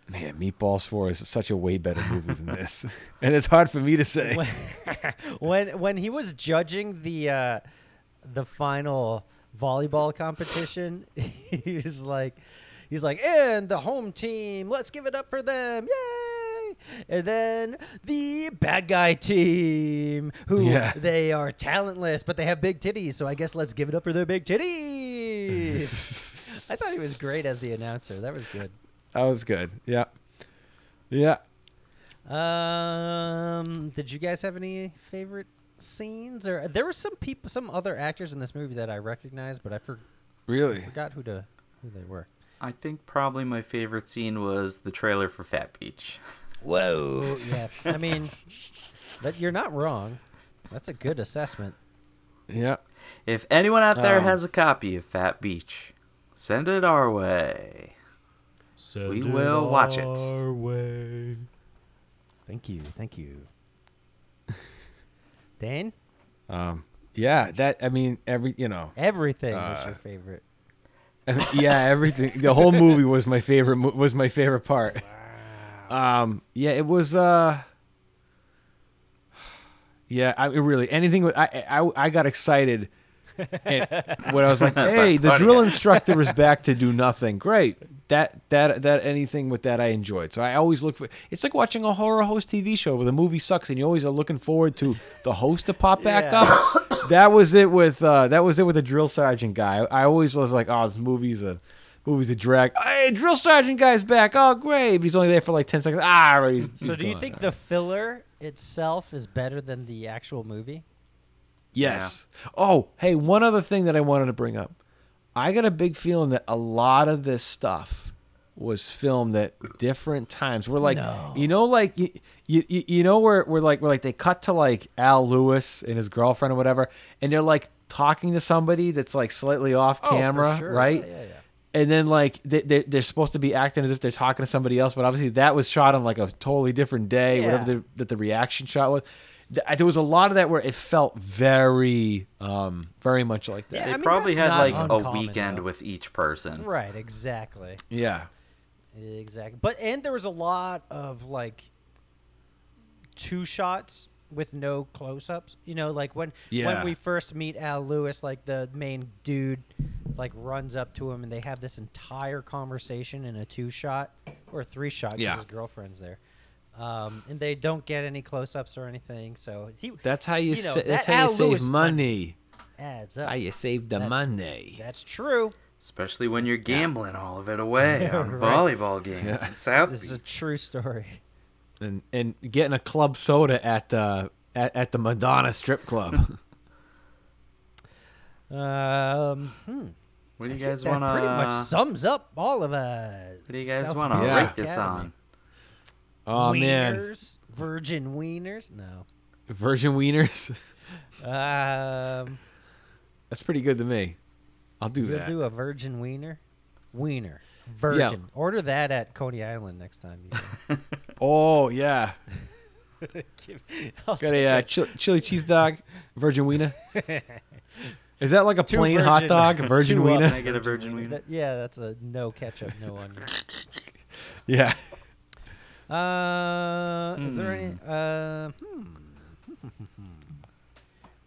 [SPEAKER 10] Man, Meatballs 4 is such a way better movie than this. and it's hard for me to say.
[SPEAKER 11] when when he was judging the uh, the final volleyball competition, he was like, he's like, and the home team, let's give it up for them, yay! And then the bad guy team, who
[SPEAKER 10] Yeah.
[SPEAKER 11] they are talentless, but they have big titties, so I guess let's give it up for their big titties. I thought he was great as the announcer. That was good.
[SPEAKER 10] That was good. Yeah. Yeah.
[SPEAKER 11] Um, did you guys have any favorite scenes? Or there were some people, some other actors in this movie that I recognized, but I for,
[SPEAKER 10] Really?
[SPEAKER 11] forgot who to who they were.
[SPEAKER 5] I think probably my favorite scene was the trailer for Fat Beach.
[SPEAKER 11] Whoa! Yeah, I mean, that you're not wrong. That's a good assessment.
[SPEAKER 10] Yeah.
[SPEAKER 5] If anyone out there
[SPEAKER 10] Um.
[SPEAKER 5] has a copy of Fat Beach, send it our way.
[SPEAKER 11] So
[SPEAKER 5] We will watch it.
[SPEAKER 11] Thank you, thank you. Dan,
[SPEAKER 10] Yeah. That, I mean, every, you know,
[SPEAKER 11] everything was
[SPEAKER 10] Uh,
[SPEAKER 11] your favorite.
[SPEAKER 10] I mean, yeah, everything. The whole movie was my favorite, mo- was my favorite part. Um, yeah, it was, uh, yeah, I it really, anything, with- I, I, I got excited. And when I was like, hey, the
[SPEAKER 5] funny.
[SPEAKER 10] drill instructor is back to do nothing. Great. that that that anything with that I enjoyed. So I always look for. It's like watching a horror host TV show where the movie sucks and you always are looking forward to the host to pop back
[SPEAKER 11] Yeah.
[SPEAKER 10] up. that was it with uh, that was it with the drill sergeant guy. I always was like, oh, this movie's a movie's a drag. Hey, drill sergeant guy's back. Oh, great, but he's only there for like ten seconds. Ah, already. he's-
[SPEAKER 11] So
[SPEAKER 10] he's
[SPEAKER 11] do you
[SPEAKER 10] gone.
[SPEAKER 11] think the filler itself is better than the actual movie?
[SPEAKER 10] Yes. Oh, hey, one other thing that I wanted to bring up. I got a big feeling that a lot of this stuff was filmed at different times. We're like, you know, like you, you, you know, where we're like, we're like, they cut to like Al Lewis and his girlfriend or whatever, and they're like talking to somebody that's like slightly off
[SPEAKER 11] Oh, for
[SPEAKER 10] camera,
[SPEAKER 11] sure.
[SPEAKER 10] right?
[SPEAKER 11] Yeah, yeah, yeah.
[SPEAKER 10] And then like they, they they're supposed to be acting as if they're talking to somebody else, but obviously that was shot on like a totally different day, whatever
[SPEAKER 11] Yeah.
[SPEAKER 10] the that the reaction shot was. Th- There was a lot of that where it felt very, um, very much like that.
[SPEAKER 5] They
[SPEAKER 11] I mean,
[SPEAKER 5] probably
[SPEAKER 11] that's
[SPEAKER 5] had like
[SPEAKER 11] not
[SPEAKER 5] a
[SPEAKER 11] uncommon,
[SPEAKER 5] weekend
[SPEAKER 11] though.
[SPEAKER 5] with each person.
[SPEAKER 11] Right, exactly.
[SPEAKER 10] Yeah.
[SPEAKER 11] Exactly. But and there was a lot of like two shots with no close-ups. You know, like when
[SPEAKER 10] Yeah.
[SPEAKER 11] when we first meet Al Lewis, like the main dude like runs up to him and they have this entire conversation in a two-shot or three-shot because
[SPEAKER 10] Yeah.
[SPEAKER 11] his girlfriend's there. Um, and they don't get any close-ups or anything. So he
[SPEAKER 10] That's how you,
[SPEAKER 11] You know,
[SPEAKER 10] sa-
[SPEAKER 11] that
[SPEAKER 10] that's how
[SPEAKER 11] Al
[SPEAKER 10] you save
[SPEAKER 11] Lewis
[SPEAKER 10] money.
[SPEAKER 11] adds up.
[SPEAKER 10] How you save the
[SPEAKER 11] That's-
[SPEAKER 10] money.
[SPEAKER 11] That's true.
[SPEAKER 5] Especially when you're gambling all of it away on
[SPEAKER 11] Right.
[SPEAKER 5] volleyball games in South
[SPEAKER 11] This is a
[SPEAKER 5] Beach.
[SPEAKER 11] true story.
[SPEAKER 10] and and getting a club soda at the at, at the Madonna strip club.
[SPEAKER 11] Um, hmm.
[SPEAKER 5] What do you
[SPEAKER 11] I
[SPEAKER 5] guys
[SPEAKER 11] think
[SPEAKER 5] want
[SPEAKER 11] that pretty much
[SPEAKER 10] uh,
[SPEAKER 5] to?
[SPEAKER 11] sums up all of us.
[SPEAKER 5] What do you guys
[SPEAKER 11] South
[SPEAKER 5] want to
[SPEAKER 11] Beach
[SPEAKER 10] Yeah.
[SPEAKER 5] rate this
[SPEAKER 11] Academy.
[SPEAKER 5] on?
[SPEAKER 10] oh man,
[SPEAKER 11] Wieners, virgin wieners. No,
[SPEAKER 10] virgin wieners.
[SPEAKER 11] um,
[SPEAKER 10] That's pretty good to me. I'll do
[SPEAKER 11] you'll
[SPEAKER 10] that.
[SPEAKER 11] do a virgin wiener, wiener, virgin. Order that at Coney Island next time. You
[SPEAKER 10] oh yeah,
[SPEAKER 11] Give- I'll
[SPEAKER 10] got
[SPEAKER 11] take
[SPEAKER 10] a uh, chili, chili cheese dog, virgin wiener. Is that like a
[SPEAKER 11] Two
[SPEAKER 10] plain hot
[SPEAKER 11] virgin-
[SPEAKER 10] dog, virgin
[SPEAKER 11] two up.
[SPEAKER 10] wiener?
[SPEAKER 5] Can I get a virgin wiener?
[SPEAKER 11] that- yeah, that's a no ketchup, no onion.
[SPEAKER 10] Yeah.
[SPEAKER 11] Uh, is there any? Uh, hmm.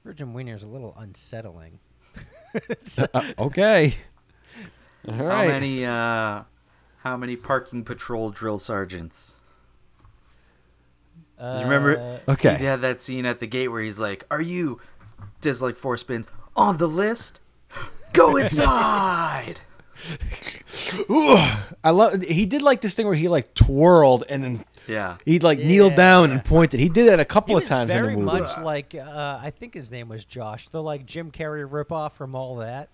[SPEAKER 11] Virgin wiener is a little unsettling.
[SPEAKER 10] Uh, okay. All
[SPEAKER 5] How
[SPEAKER 10] right.
[SPEAKER 5] many? Uh, how many parking patrol drill sergeants? 'Cause you
[SPEAKER 11] Uh,
[SPEAKER 5] remember?
[SPEAKER 10] Okay.
[SPEAKER 5] He had that scene at the gate where he's like, "Are you?" Does like four spins on the list? Go inside.
[SPEAKER 10] I love. He did like this thing where he like twirled and then
[SPEAKER 5] yeah.
[SPEAKER 10] he like kneeled
[SPEAKER 11] Yeah.
[SPEAKER 10] down and pointed. He did that a couple
[SPEAKER 11] He
[SPEAKER 10] of
[SPEAKER 11] was
[SPEAKER 10] times in the
[SPEAKER 11] very
[SPEAKER 10] movie.
[SPEAKER 11] much like uh, I think his name was Josh, the like Jim Carrey ripoff from All That,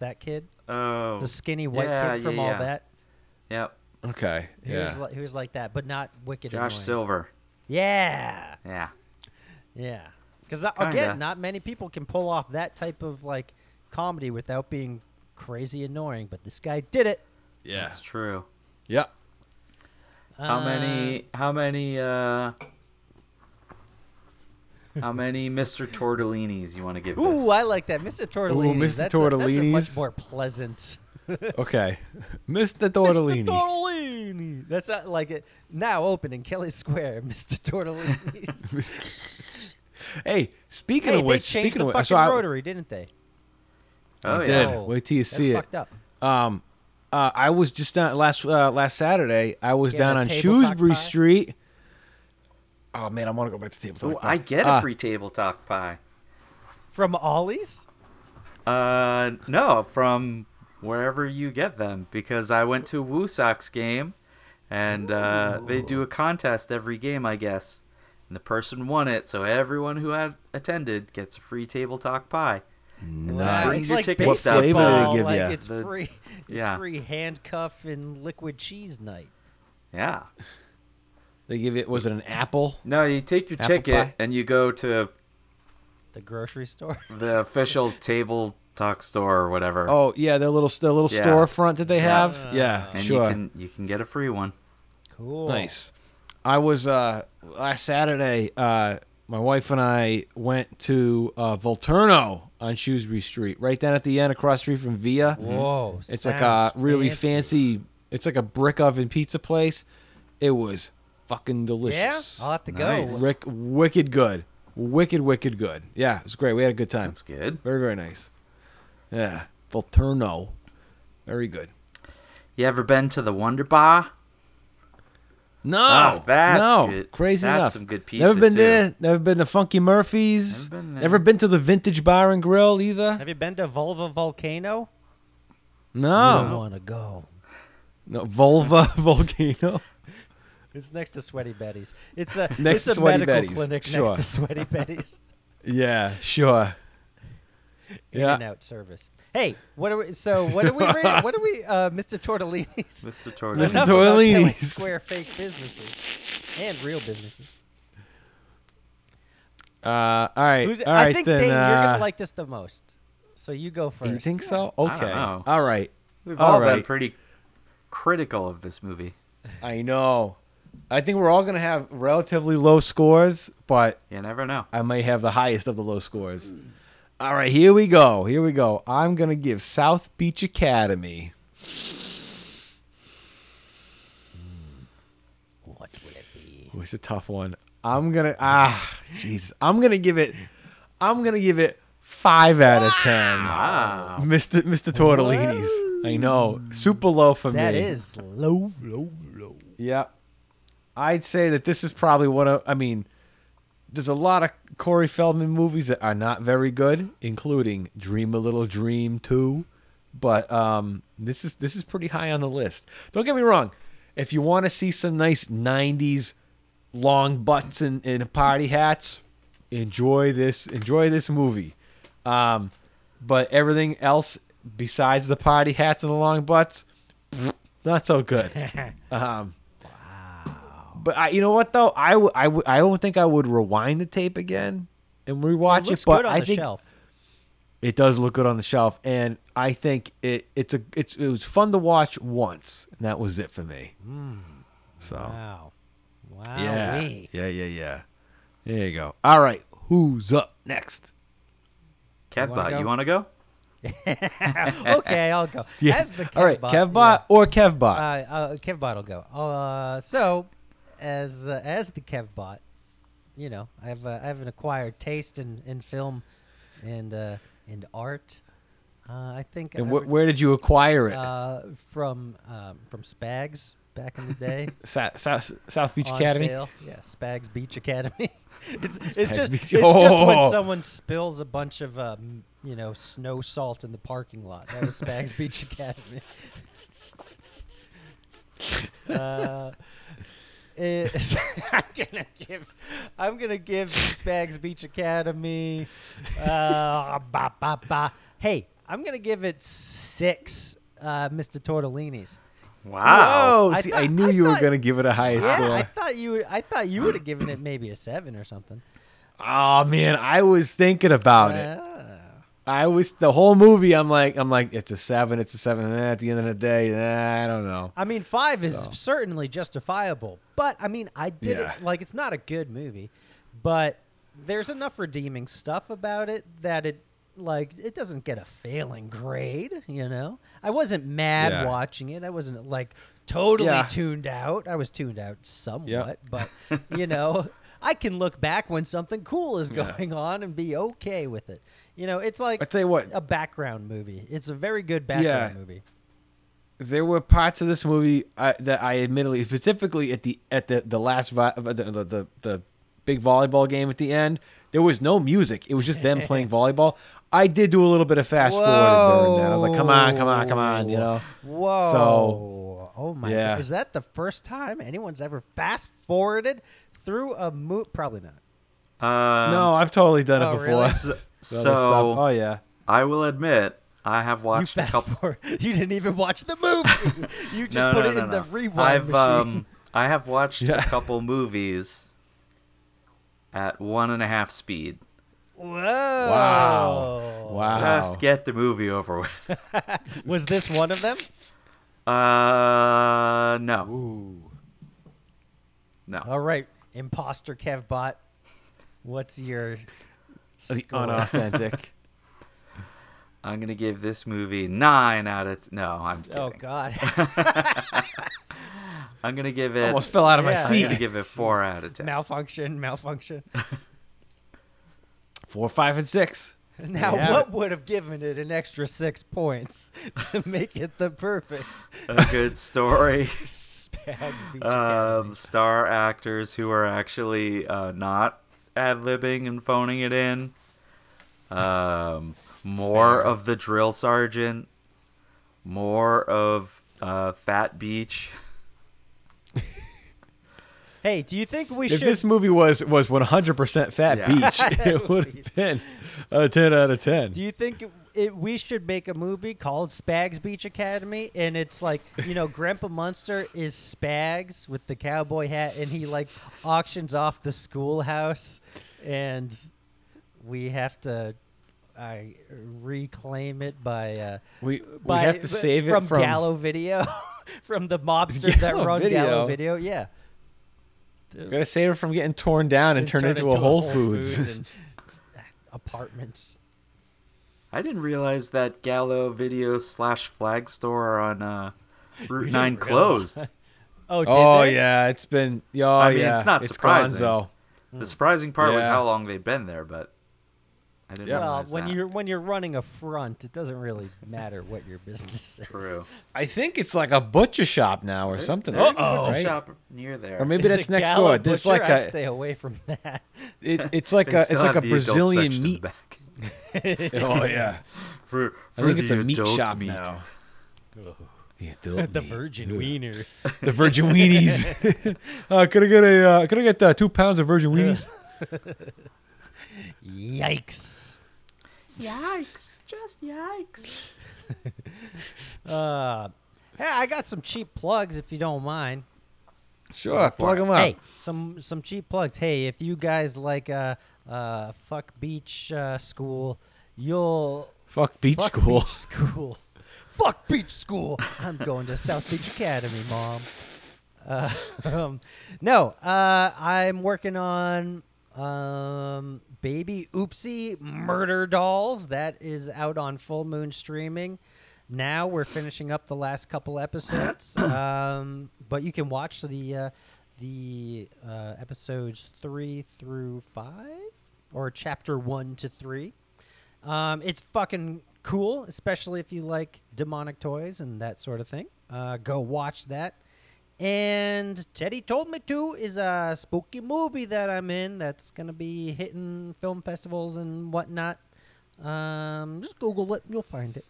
[SPEAKER 11] that kid,
[SPEAKER 5] Oh.
[SPEAKER 11] the skinny white
[SPEAKER 5] Yeah,
[SPEAKER 11] kid from
[SPEAKER 5] yeah,
[SPEAKER 11] All
[SPEAKER 5] yeah.
[SPEAKER 11] That.
[SPEAKER 5] Yep.
[SPEAKER 10] okay.
[SPEAKER 11] He
[SPEAKER 10] Yeah.
[SPEAKER 11] was like, he was like that, but not wicked.
[SPEAKER 5] Josh
[SPEAKER 11] annoying.
[SPEAKER 5] Silver.
[SPEAKER 11] Yeah,
[SPEAKER 5] Yeah.
[SPEAKER 11] yeah. Because again,
[SPEAKER 5] Kinda.
[SPEAKER 11] not many people can pull off that type of like comedy without being crazy annoying. But this guy did it.
[SPEAKER 10] yeah.
[SPEAKER 5] That's true.
[SPEAKER 10] Yeah.
[SPEAKER 5] How
[SPEAKER 11] Uh,
[SPEAKER 5] many? How many? uh How many Mr. Tortellinis you want to give this?
[SPEAKER 11] Ooh, I like that, Mr. Tortellini.
[SPEAKER 10] Mr.
[SPEAKER 11] That's, a- that's a
[SPEAKER 10] Tortellini's.
[SPEAKER 11] much more pleasant.
[SPEAKER 10] Okay. Mr.
[SPEAKER 11] Mr.
[SPEAKER 10] Tortellini.
[SPEAKER 11] Tortellini. That's not like it. Now open in Kelly Square, Mr. Tortellini's.
[SPEAKER 10] Hey, speaking
[SPEAKER 11] hey,
[SPEAKER 10] of
[SPEAKER 11] they
[SPEAKER 10] which,
[SPEAKER 11] changed
[SPEAKER 10] speaking
[SPEAKER 11] the
[SPEAKER 10] of
[SPEAKER 11] fucking
[SPEAKER 10] which, so I,
[SPEAKER 11] rotary, didn't they?
[SPEAKER 5] oh
[SPEAKER 10] I
[SPEAKER 5] yeah.
[SPEAKER 10] did.
[SPEAKER 11] Oh,
[SPEAKER 10] Wait till you
[SPEAKER 11] That's
[SPEAKER 10] see it.
[SPEAKER 11] fucked up.
[SPEAKER 10] Um, uh, I was just down last uh, last Saturday. I was
[SPEAKER 11] Yeah,
[SPEAKER 10] down
[SPEAKER 11] the
[SPEAKER 10] on
[SPEAKER 11] tabletop
[SPEAKER 10] Shrewsbury
[SPEAKER 11] pie.
[SPEAKER 10] Street. Oh man, I want to go back to table. ah,
[SPEAKER 5] Ooh, I get a free table talk pie.
[SPEAKER 11] From Ollie's?
[SPEAKER 5] Uh, no, from wherever you get them, because I went to a Woo Sox game, and uh, they do a contest every game, I guess. And the person won it, so everyone who had attended gets a free table talk pie.
[SPEAKER 11] Wow,
[SPEAKER 5] Bring
[SPEAKER 11] it's
[SPEAKER 5] your
[SPEAKER 11] like
[SPEAKER 5] tickets
[SPEAKER 10] What
[SPEAKER 5] down.
[SPEAKER 10] flavor do they
[SPEAKER 11] baseball,
[SPEAKER 10] give
[SPEAKER 11] like
[SPEAKER 10] ya?
[SPEAKER 11] It's
[SPEAKER 5] The-
[SPEAKER 11] free. It's
[SPEAKER 5] yeah.
[SPEAKER 11] free handcuff and liquid cheese night.
[SPEAKER 5] Yeah.
[SPEAKER 10] They give it. Was it an apple?
[SPEAKER 5] No, you take your
[SPEAKER 10] Apple
[SPEAKER 5] ticket
[SPEAKER 10] pie?
[SPEAKER 5] and you go to
[SPEAKER 11] The grocery store.
[SPEAKER 5] the official table talk store or whatever.
[SPEAKER 10] Oh yeah, their little their little
[SPEAKER 5] Yeah.
[SPEAKER 10] storefront that they have.
[SPEAKER 11] Uh,
[SPEAKER 10] yeah,
[SPEAKER 5] and
[SPEAKER 10] sure.
[SPEAKER 5] you can you can get a free one.
[SPEAKER 11] Cool.
[SPEAKER 10] Nice. I was uh last Saturday. Uh, my wife and I went to uh, Volturno on Shrewsbury Street, right down at the end, across the street from Via.
[SPEAKER 11] Whoa.
[SPEAKER 10] It's like a really fancy. It's like a brick oven pizza place. It was fucking
[SPEAKER 11] Yeah,
[SPEAKER 10] delicious.
[SPEAKER 11] I'll have to
[SPEAKER 5] Nice.
[SPEAKER 11] go.
[SPEAKER 10] Rick, wicked good, wicked, wicked good. Yeah, it was great. We had a good time.
[SPEAKER 5] That's good.
[SPEAKER 10] Very, very nice. Yeah, Volturno, very good.
[SPEAKER 5] You ever been to the Wonder Bar?
[SPEAKER 10] No,
[SPEAKER 5] Oh, that's
[SPEAKER 10] no,
[SPEAKER 5] good.
[SPEAKER 10] crazy
[SPEAKER 5] That's
[SPEAKER 10] enough.
[SPEAKER 5] some good
[SPEAKER 10] Never
[SPEAKER 5] pizza,
[SPEAKER 10] been
[SPEAKER 5] too.
[SPEAKER 10] there. Never been to Funky Murphy's.
[SPEAKER 11] Never been there.
[SPEAKER 10] Never been to the Vintage Bar and Grill either.
[SPEAKER 11] Have you been to Vulva Volcano?
[SPEAKER 10] No.
[SPEAKER 11] You want to go.
[SPEAKER 10] No, Vulva Volcano.
[SPEAKER 11] It's next to Sweaty Betty's. It's a it's
[SPEAKER 10] Next to
[SPEAKER 11] a
[SPEAKER 10] Sweaty
[SPEAKER 11] medical
[SPEAKER 10] Betty's,
[SPEAKER 11] clinic
[SPEAKER 10] sure.
[SPEAKER 11] next to Sweaty Betty's.
[SPEAKER 10] Yeah, sure.
[SPEAKER 11] In
[SPEAKER 10] yeah.
[SPEAKER 11] and out service. Hey, what are we? So what are we? ra- what are we? Uh, Mr. Tortellini's.
[SPEAKER 5] Mr. Tortellini's.
[SPEAKER 11] Enough about
[SPEAKER 10] Tortellini's.
[SPEAKER 11] killing Square fake businesses and real businesses.
[SPEAKER 10] Uh, all right.
[SPEAKER 11] Who's,
[SPEAKER 10] all right
[SPEAKER 11] I think
[SPEAKER 10] then.
[SPEAKER 11] Dane, you're
[SPEAKER 10] uh,
[SPEAKER 11] gonna like this the most. So you go first.
[SPEAKER 10] you think so?
[SPEAKER 5] I don't
[SPEAKER 10] Okay.
[SPEAKER 5] know.
[SPEAKER 10] All right.
[SPEAKER 5] We've
[SPEAKER 10] all
[SPEAKER 5] all
[SPEAKER 10] right.
[SPEAKER 5] been pretty critical of this movie.
[SPEAKER 10] I know. I think we're all gonna have relatively low scores, but
[SPEAKER 5] You never know.
[SPEAKER 10] I might have the highest of the low scores. All right, here we go. Here we go. I'm gonna give South Beach Academy.
[SPEAKER 11] What will it be?
[SPEAKER 10] Ooh, it's a tough one. I'm gonna ah, jeez. I'm gonna give it. I'm gonna give it five out of ten.
[SPEAKER 5] Wow.
[SPEAKER 10] Mr. Mr. Tortellini's. I know. Super low for
[SPEAKER 11] That
[SPEAKER 10] me.
[SPEAKER 11] is low, low, low.
[SPEAKER 10] Yeah. I'd say that this is probably one of, I mean, there's a lot of Corey Feldman movies that are not very good, including Dream a Little Dream 2. But um, this is this is pretty high on the list. Don't get me wrong. If you want to see some nice 90s long butts and, and party hats, enjoy this enjoy this movie. Um, but everything else besides the party hats and the long butts, not so good. Um, But I, you know what though, I w- I w- I don't think I would rewind the tape again and rewatch
[SPEAKER 11] it
[SPEAKER 10] it.
[SPEAKER 11] looks
[SPEAKER 10] but
[SPEAKER 11] good on
[SPEAKER 10] I
[SPEAKER 11] the
[SPEAKER 10] think
[SPEAKER 11] shelf.
[SPEAKER 10] it does look good on the shelf, and I think it it's a it's it was fun to watch once, and that was it for me.
[SPEAKER 11] Hmm.
[SPEAKER 10] So
[SPEAKER 11] Wow, wow.
[SPEAKER 10] Oh. yeah, yeah, yeah, yeah. There you go. All right, who's up next?
[SPEAKER 11] wanna
[SPEAKER 5] Kevbot,
[SPEAKER 11] go?
[SPEAKER 5] you want to go?
[SPEAKER 11] okay, I'll go.
[SPEAKER 10] Yeah.
[SPEAKER 11] As the Kevbot,
[SPEAKER 10] All right, Kevbot or Kevbot.
[SPEAKER 11] yeah, uh, uh, Kevbot will go. Uh, so, as uh, as the Kevbot, you know, I've uh, I have an acquired taste in, in film, and uh, and art. Uh, I think.
[SPEAKER 10] and
[SPEAKER 11] I
[SPEAKER 10] wh-
[SPEAKER 11] would-
[SPEAKER 10] where did you acquire it?
[SPEAKER 11] Uh, from um, from Spags back in the day.
[SPEAKER 10] Sa- Sa- South Beach
[SPEAKER 11] on
[SPEAKER 10] Academy.
[SPEAKER 11] Sale. Yeah, Spags Beach Academy. it's it's
[SPEAKER 10] Spags
[SPEAKER 11] just
[SPEAKER 10] Beach-
[SPEAKER 11] it's just when
[SPEAKER 10] Oh.
[SPEAKER 11] someone spills a bunch of um, you know snow salt in the parking lot. That was Spags Beach Academy. uh, it- I'm gonna give I'm gonna give Spags Beach Academy. Uh, ba, ba, ba. Hey, I'm gonna give it six, uh, Mr. Tortellini's.
[SPEAKER 5] Wow.
[SPEAKER 10] Whoa,
[SPEAKER 11] I
[SPEAKER 10] see,
[SPEAKER 11] thought-
[SPEAKER 10] I knew
[SPEAKER 11] I
[SPEAKER 10] you
[SPEAKER 11] thought-
[SPEAKER 10] were gonna give it a high
[SPEAKER 11] Yeah,
[SPEAKER 10] score.
[SPEAKER 11] I thought you would. I thought you would have given it maybe a seven or something.
[SPEAKER 10] Oh man, I was thinking about it. I was the whole movie. I'm like, I'm like, it's a seven, it's a seven. And at the end of the day, nah, I don't know.
[SPEAKER 11] I mean, five is certainly justifiable, but I mean, I did
[SPEAKER 10] Yeah.
[SPEAKER 11] it like it's not a good movie, but there's enough redeeming stuff about it that it like it doesn't get a failing grade. You know, I wasn't mad
[SPEAKER 10] Yeah.
[SPEAKER 11] watching it. I wasn't like totally
[SPEAKER 10] Yeah.
[SPEAKER 11] tuned out. I was tuned out somewhat, but you know. I can look back when something cool is going on and be okay with it. You know, it's like
[SPEAKER 10] I tell you what.
[SPEAKER 11] a background movie. It's a very good background
[SPEAKER 10] Yeah.
[SPEAKER 11] movie.
[SPEAKER 10] There were parts of this movie I, that I admittedly, specifically at the at the the last vi- uh, the, the the the big volleyball game at the end, there was no music. It was just them playing volleyball. I did do a little bit of fast forward during that. I was like, come on, come on, come on, you know.
[SPEAKER 11] Whoa. oh my
[SPEAKER 10] yeah.
[SPEAKER 11] god. Is that the first time anyone's ever fast forwarded through a mo probably not.
[SPEAKER 5] Um,
[SPEAKER 10] no, I've totally done
[SPEAKER 11] oh,
[SPEAKER 10] it before.
[SPEAKER 11] really?
[SPEAKER 10] Other
[SPEAKER 5] So,
[SPEAKER 10] stuff. oh yeah.
[SPEAKER 5] I will admit, I have
[SPEAKER 11] You
[SPEAKER 5] watched a
[SPEAKER 11] fast
[SPEAKER 5] couple.
[SPEAKER 11] forward. You didn't even watch the movie. you just
[SPEAKER 5] no,
[SPEAKER 11] put
[SPEAKER 5] no,
[SPEAKER 11] it
[SPEAKER 5] no,
[SPEAKER 11] in
[SPEAKER 5] no.
[SPEAKER 11] the rewind
[SPEAKER 5] I've,
[SPEAKER 11] machine.
[SPEAKER 5] Um, I have watched
[SPEAKER 10] Yeah.
[SPEAKER 5] a couple movies at one and a half speed.
[SPEAKER 11] Whoa.
[SPEAKER 10] Wow.
[SPEAKER 11] Oh.
[SPEAKER 10] Wow.
[SPEAKER 5] Just get the movie over with.
[SPEAKER 11] Was this one of them?
[SPEAKER 5] Uh, no. No.
[SPEAKER 11] All right, imposter Kevbot. What's your
[SPEAKER 10] The
[SPEAKER 11] score?
[SPEAKER 10] unauthentic.
[SPEAKER 5] I'm gonna give this movie nine out of. T- no, I'm kidding.
[SPEAKER 11] Oh god.
[SPEAKER 5] I'm gonna give it.
[SPEAKER 10] Almost fell out of my
[SPEAKER 11] Yeah.
[SPEAKER 5] I'm
[SPEAKER 10] seat.
[SPEAKER 5] gonna give it four out of ten.
[SPEAKER 11] malfunction, malfunction.
[SPEAKER 10] Four, five, and six.
[SPEAKER 11] Now,
[SPEAKER 10] Yeah.
[SPEAKER 11] what would have given it an extra six points to make it the perfect?
[SPEAKER 5] a good story.
[SPEAKER 11] Spags Beach
[SPEAKER 5] um, star actors who are actually uh, not ad libbing and phoning it in. Um, more of the drill sergeant. More of uh, Fat Beach.
[SPEAKER 11] Hey, do you think we
[SPEAKER 10] If
[SPEAKER 11] should?
[SPEAKER 10] this movie was was 100% Fat
[SPEAKER 5] Yeah.
[SPEAKER 10] Beach, it would have been a 10 out of 10.
[SPEAKER 11] Do you think it, it, we should make a movie called Spags Beach Academy? And it's like, you know, Grandpa Munster is Spags with the cowboy hat, and he like auctions off the schoolhouse, and we have to uh, reclaim it by uh,
[SPEAKER 10] We we
[SPEAKER 11] by,
[SPEAKER 10] have to save it
[SPEAKER 11] from
[SPEAKER 10] from,
[SPEAKER 11] Gallo Video, from the mobsters that
[SPEAKER 10] Gallo
[SPEAKER 11] run Gallo Video.
[SPEAKER 10] Video?
[SPEAKER 11] Yeah,
[SPEAKER 10] we gotta save it from getting torn down and, turned into, a Whole, Foods.
[SPEAKER 11] and apartments.
[SPEAKER 5] I didn't realize that Gallo Video slash Flag Store on uh, Route Nine closed.
[SPEAKER 11] Oh, did
[SPEAKER 10] oh
[SPEAKER 11] they?
[SPEAKER 10] yeah, it's been. Oh
[SPEAKER 5] I mean,
[SPEAKER 10] yeah,
[SPEAKER 5] it's not
[SPEAKER 10] gone,
[SPEAKER 5] surprising.
[SPEAKER 10] though.
[SPEAKER 5] The surprising part was
[SPEAKER 10] Yeah.
[SPEAKER 5] how long they've been there, but I didn't
[SPEAKER 11] Well,
[SPEAKER 5] realize
[SPEAKER 11] when
[SPEAKER 5] that.
[SPEAKER 11] you're when you're running a front, it doesn't really matter what your business is.
[SPEAKER 5] True.
[SPEAKER 10] I think it's like a butcher shop now or something.
[SPEAKER 5] There's
[SPEAKER 10] like
[SPEAKER 5] a
[SPEAKER 10] that,
[SPEAKER 5] butcher
[SPEAKER 10] right?
[SPEAKER 5] shop near there.
[SPEAKER 10] Or
[SPEAKER 11] Is
[SPEAKER 10] maybe that's
[SPEAKER 11] it
[SPEAKER 10] next
[SPEAKER 11] Gallo
[SPEAKER 10] door. There's
[SPEAKER 11] Butcher?
[SPEAKER 10] like
[SPEAKER 11] I'd
[SPEAKER 10] a
[SPEAKER 11] stay away from that.
[SPEAKER 10] it, it's like
[SPEAKER 5] They
[SPEAKER 10] a
[SPEAKER 5] still
[SPEAKER 10] it's like
[SPEAKER 5] have
[SPEAKER 10] a
[SPEAKER 5] the adult section
[SPEAKER 10] Brazilian
[SPEAKER 5] in the
[SPEAKER 10] meat.
[SPEAKER 5] back.
[SPEAKER 10] Oh yeah,
[SPEAKER 5] For,
[SPEAKER 10] I
[SPEAKER 5] for
[SPEAKER 10] think it's a
[SPEAKER 5] the
[SPEAKER 10] meat
[SPEAKER 5] adult
[SPEAKER 10] shop
[SPEAKER 5] meat.
[SPEAKER 10] now. The adult meat.
[SPEAKER 11] virgin wieners.
[SPEAKER 10] the virgin weenies. uh, could I get a uh, could I get uh, two pounds of virgin weenies?
[SPEAKER 11] Yikes.
[SPEAKER 5] Yikes! Just yikes!
[SPEAKER 11] Uh, hey, I got some cheap plugs if you don't mind.
[SPEAKER 5] Oh,
[SPEAKER 10] Sure, plug them up.
[SPEAKER 11] Hey, some some cheap plugs. Hey, if you guys like uh uh fuck beach uh, school, you'll
[SPEAKER 10] Fuck beach
[SPEAKER 11] fuck
[SPEAKER 10] school.
[SPEAKER 11] beach school. fuck beach school. I'm going to South Beach Academy, mom. Uh, um, no, uh, I'm working on um, Baby Oopsie Murder Dolls. That is out on Full Moon streaming. Now we're finishing up the last couple episodes, um, but you can watch the uh, the uh, episodes three through five, or chapter one to three. Um, it's fucking cool, especially if you like demonic toys and that sort of thing. Uh, go watch that. And Teddy Told Me To is a spooky movie that I'm in that's going to be hitting film festivals and whatnot. Um, just Google it, you'll find it.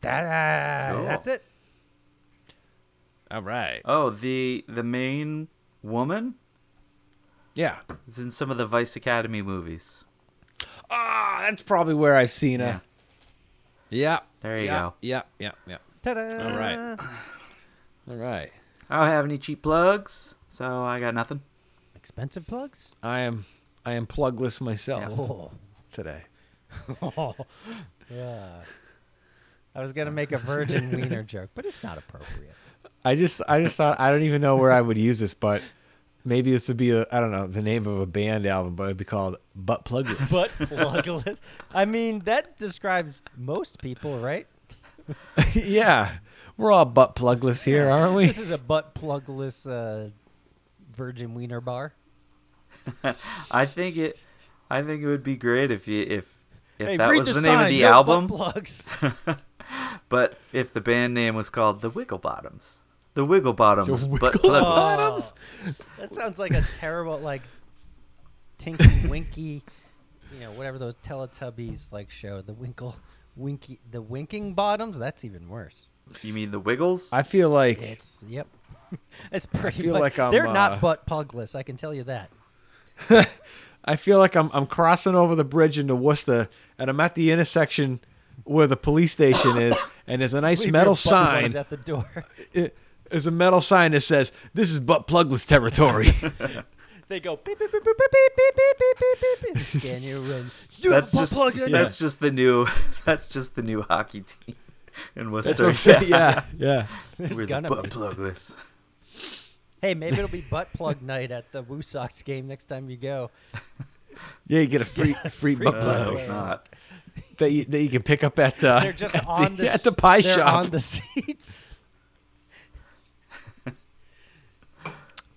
[SPEAKER 11] That,
[SPEAKER 5] Cool.
[SPEAKER 11] Uh, That's it.
[SPEAKER 10] All right.
[SPEAKER 5] Oh, the the main woman
[SPEAKER 10] Yeah.
[SPEAKER 5] is in some of the Vice Academy movies.
[SPEAKER 10] Ah, that's probably where I've seen her. Yeah.
[SPEAKER 5] There you
[SPEAKER 10] yeah,
[SPEAKER 5] go. Uh.
[SPEAKER 10] Yeah. Yeah. Yeah.
[SPEAKER 11] Ta-da.
[SPEAKER 10] All right. All right.
[SPEAKER 5] I don't have any cheap plugs, so I got nothing.
[SPEAKER 11] Expensive plugs?
[SPEAKER 10] I am I am plugless myself
[SPEAKER 11] Oh.
[SPEAKER 10] today.
[SPEAKER 11] Yeah. I was going to make a virgin wiener joke, but it's not appropriate.
[SPEAKER 10] I just I just thought I don't even know where I would use this, but maybe this would be a I don't know the name of a band album, but it'd be called Butt Plugless.
[SPEAKER 11] but plugless. I mean, that describes most people, right?
[SPEAKER 10] yeah, we're all butt plugless here, aren't we?
[SPEAKER 11] This is a butt plugless uh, virgin wiener bar.
[SPEAKER 5] I think it. I think it would be great if you if if
[SPEAKER 11] Hey,
[SPEAKER 5] that
[SPEAKER 11] read
[SPEAKER 5] was
[SPEAKER 11] the
[SPEAKER 5] the name of
[SPEAKER 11] sign,
[SPEAKER 5] the
[SPEAKER 11] no butt
[SPEAKER 5] album,
[SPEAKER 11] plugs.
[SPEAKER 5] but if the band name was called the Wiggle Bottoms, the Wiggle Bottoms, but
[SPEAKER 10] Wiggle
[SPEAKER 5] plugless.
[SPEAKER 10] Bottoms?
[SPEAKER 11] Oh, that sounds like a terrible, like Tinky Winky, you know, whatever those Teletubbies like show. The Winkle, Winky, the Winking Bottoms. That's even worse.
[SPEAKER 5] You mean the Wiggles?
[SPEAKER 10] I feel like
[SPEAKER 11] It's yep. it's pretty.
[SPEAKER 10] feel
[SPEAKER 11] much,
[SPEAKER 10] like I'm,
[SPEAKER 11] they're
[SPEAKER 10] uh,
[SPEAKER 11] not butt plugless. I can tell you that.
[SPEAKER 10] I feel like I'm I'm crossing over the bridge into Worcester, and I'm at the intersection where the police station is, and there's a nice
[SPEAKER 11] Leave your
[SPEAKER 10] metal
[SPEAKER 11] butt plugs
[SPEAKER 10] sign.
[SPEAKER 11] at the door.
[SPEAKER 10] It, there's a metal sign that says "This is butt plugless territory."
[SPEAKER 11] They go beep beep beep beep beep beep beep beep beep beep. beep. Scan your room.
[SPEAKER 5] that's just
[SPEAKER 10] in.
[SPEAKER 5] that's just the new that's just the new hockey team in
[SPEAKER 10] That's
[SPEAKER 5] Worcester.
[SPEAKER 10] what I'm saying. Yeah, yeah.
[SPEAKER 5] We're the
[SPEAKER 11] gonna
[SPEAKER 5] butt
[SPEAKER 11] be.
[SPEAKER 5] plugless.
[SPEAKER 11] Hey, maybe it'll be butt plug night at the Woo Sox game next time you go.
[SPEAKER 10] Yeah, you get a free free butt
[SPEAKER 5] I
[SPEAKER 10] plug
[SPEAKER 5] hope not.
[SPEAKER 10] that you, that you can pick up at uh,
[SPEAKER 11] They're just
[SPEAKER 10] at
[SPEAKER 11] on
[SPEAKER 10] the,
[SPEAKER 11] the,
[SPEAKER 10] at the pie
[SPEAKER 11] they're
[SPEAKER 10] shop.
[SPEAKER 11] on the seats.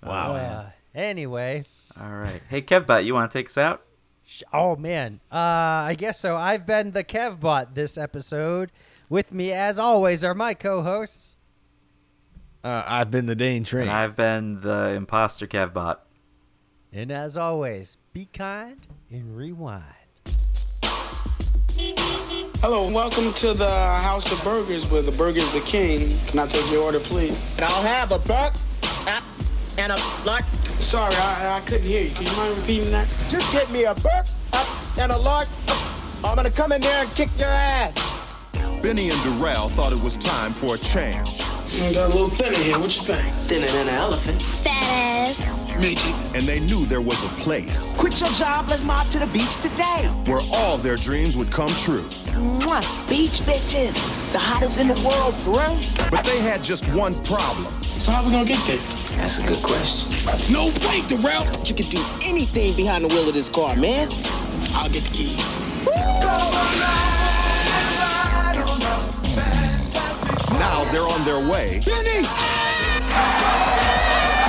[SPEAKER 10] wow.
[SPEAKER 11] Uh, anyway,
[SPEAKER 5] All right. Hey, Kevbot, you want to take us out?
[SPEAKER 11] Sh- Oh man, uh, I guess so. I've been the Kevbot this episode. With me, as always, are my co-hosts.
[SPEAKER 10] Uh, I've been the Dane train.
[SPEAKER 5] I've been the imposter Kevbot.
[SPEAKER 11] And as always, be kind and rewind.
[SPEAKER 12] Hello, welcome to the House of Burgers where the burger's the king. Can I take your order, please? I'll have a buck and a lark. Sorry, I, I couldn't hear you. Can you mind repeating that? Just get me a buck and a lark. I'm gonna come in there and kick your ass.
[SPEAKER 9] Benny and Durrell thought it was time for a change.
[SPEAKER 12] got a little thin in here. What you think?
[SPEAKER 9] Thinner than an elephant.
[SPEAKER 13] Fat ass.
[SPEAKER 9] Midget. And they knew there was a place
[SPEAKER 13] Quit your job. Let's mob to the beach today.
[SPEAKER 9] where all their dreams would come true.
[SPEAKER 13] Mwah. Beach bitches. The hottest in the world for real.
[SPEAKER 9] But they had just one problem.
[SPEAKER 12] So how we gonna get there? That's a good question. No way, Darrell! You can do anything behind the wheel of this car, man. I'll get the keys.
[SPEAKER 9] Now they're on their way.
[SPEAKER 12] Benny!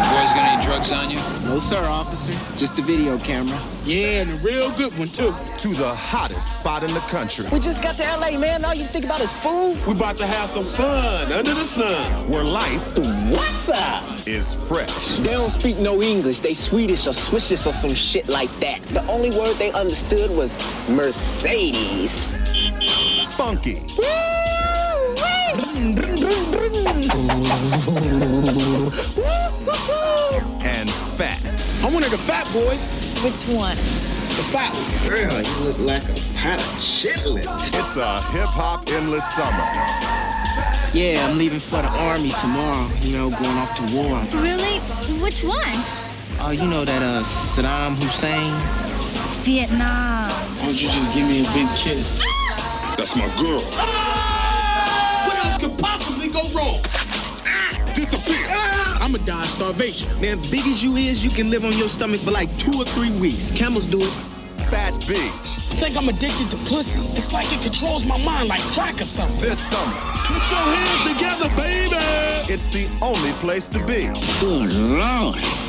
[SPEAKER 4] Boys got any drugs on you?
[SPEAKER 12] No, sir, officer. Just the video camera. Yeah, and a real good one, too.
[SPEAKER 9] To the hottest spot in the country.
[SPEAKER 13] We just got to LA, man. All you think about is food.
[SPEAKER 12] We about to have some fun under the sun.
[SPEAKER 9] Where life
[SPEAKER 12] What's up?
[SPEAKER 9] is fresh.
[SPEAKER 14] They don't speak no English. They Swedish or Swishish or some shit like that. The only word they understood was Mercedes.
[SPEAKER 9] Funky. And fat.
[SPEAKER 12] I wanted the fat boys.
[SPEAKER 13] Which one?
[SPEAKER 12] The fat one. Girl, you look like a pot of chitlins.
[SPEAKER 9] It's a hip hop endless summer.
[SPEAKER 12] Yeah, I'm leaving for the army tomorrow. You know, going off to war.
[SPEAKER 13] Really? Which one?
[SPEAKER 12] Oh, you know that uh Saddam Hussein?
[SPEAKER 13] Vietnam.
[SPEAKER 12] Why don't you just give me a big kiss?
[SPEAKER 9] That's my girl.
[SPEAKER 12] What else could possibly go wrong? Disappear. I'ma die of starvation. Man, big as you is, you can live on your stomach for like two or three weeks. Camels do it.
[SPEAKER 9] Fat Beach.
[SPEAKER 12] Think I'm addicted to pussy. It's like it controls my mind like crack or something.
[SPEAKER 9] This summer,
[SPEAKER 12] Put your hands together, baby.
[SPEAKER 9] it's the only place to be.
[SPEAKER 12] Good lord.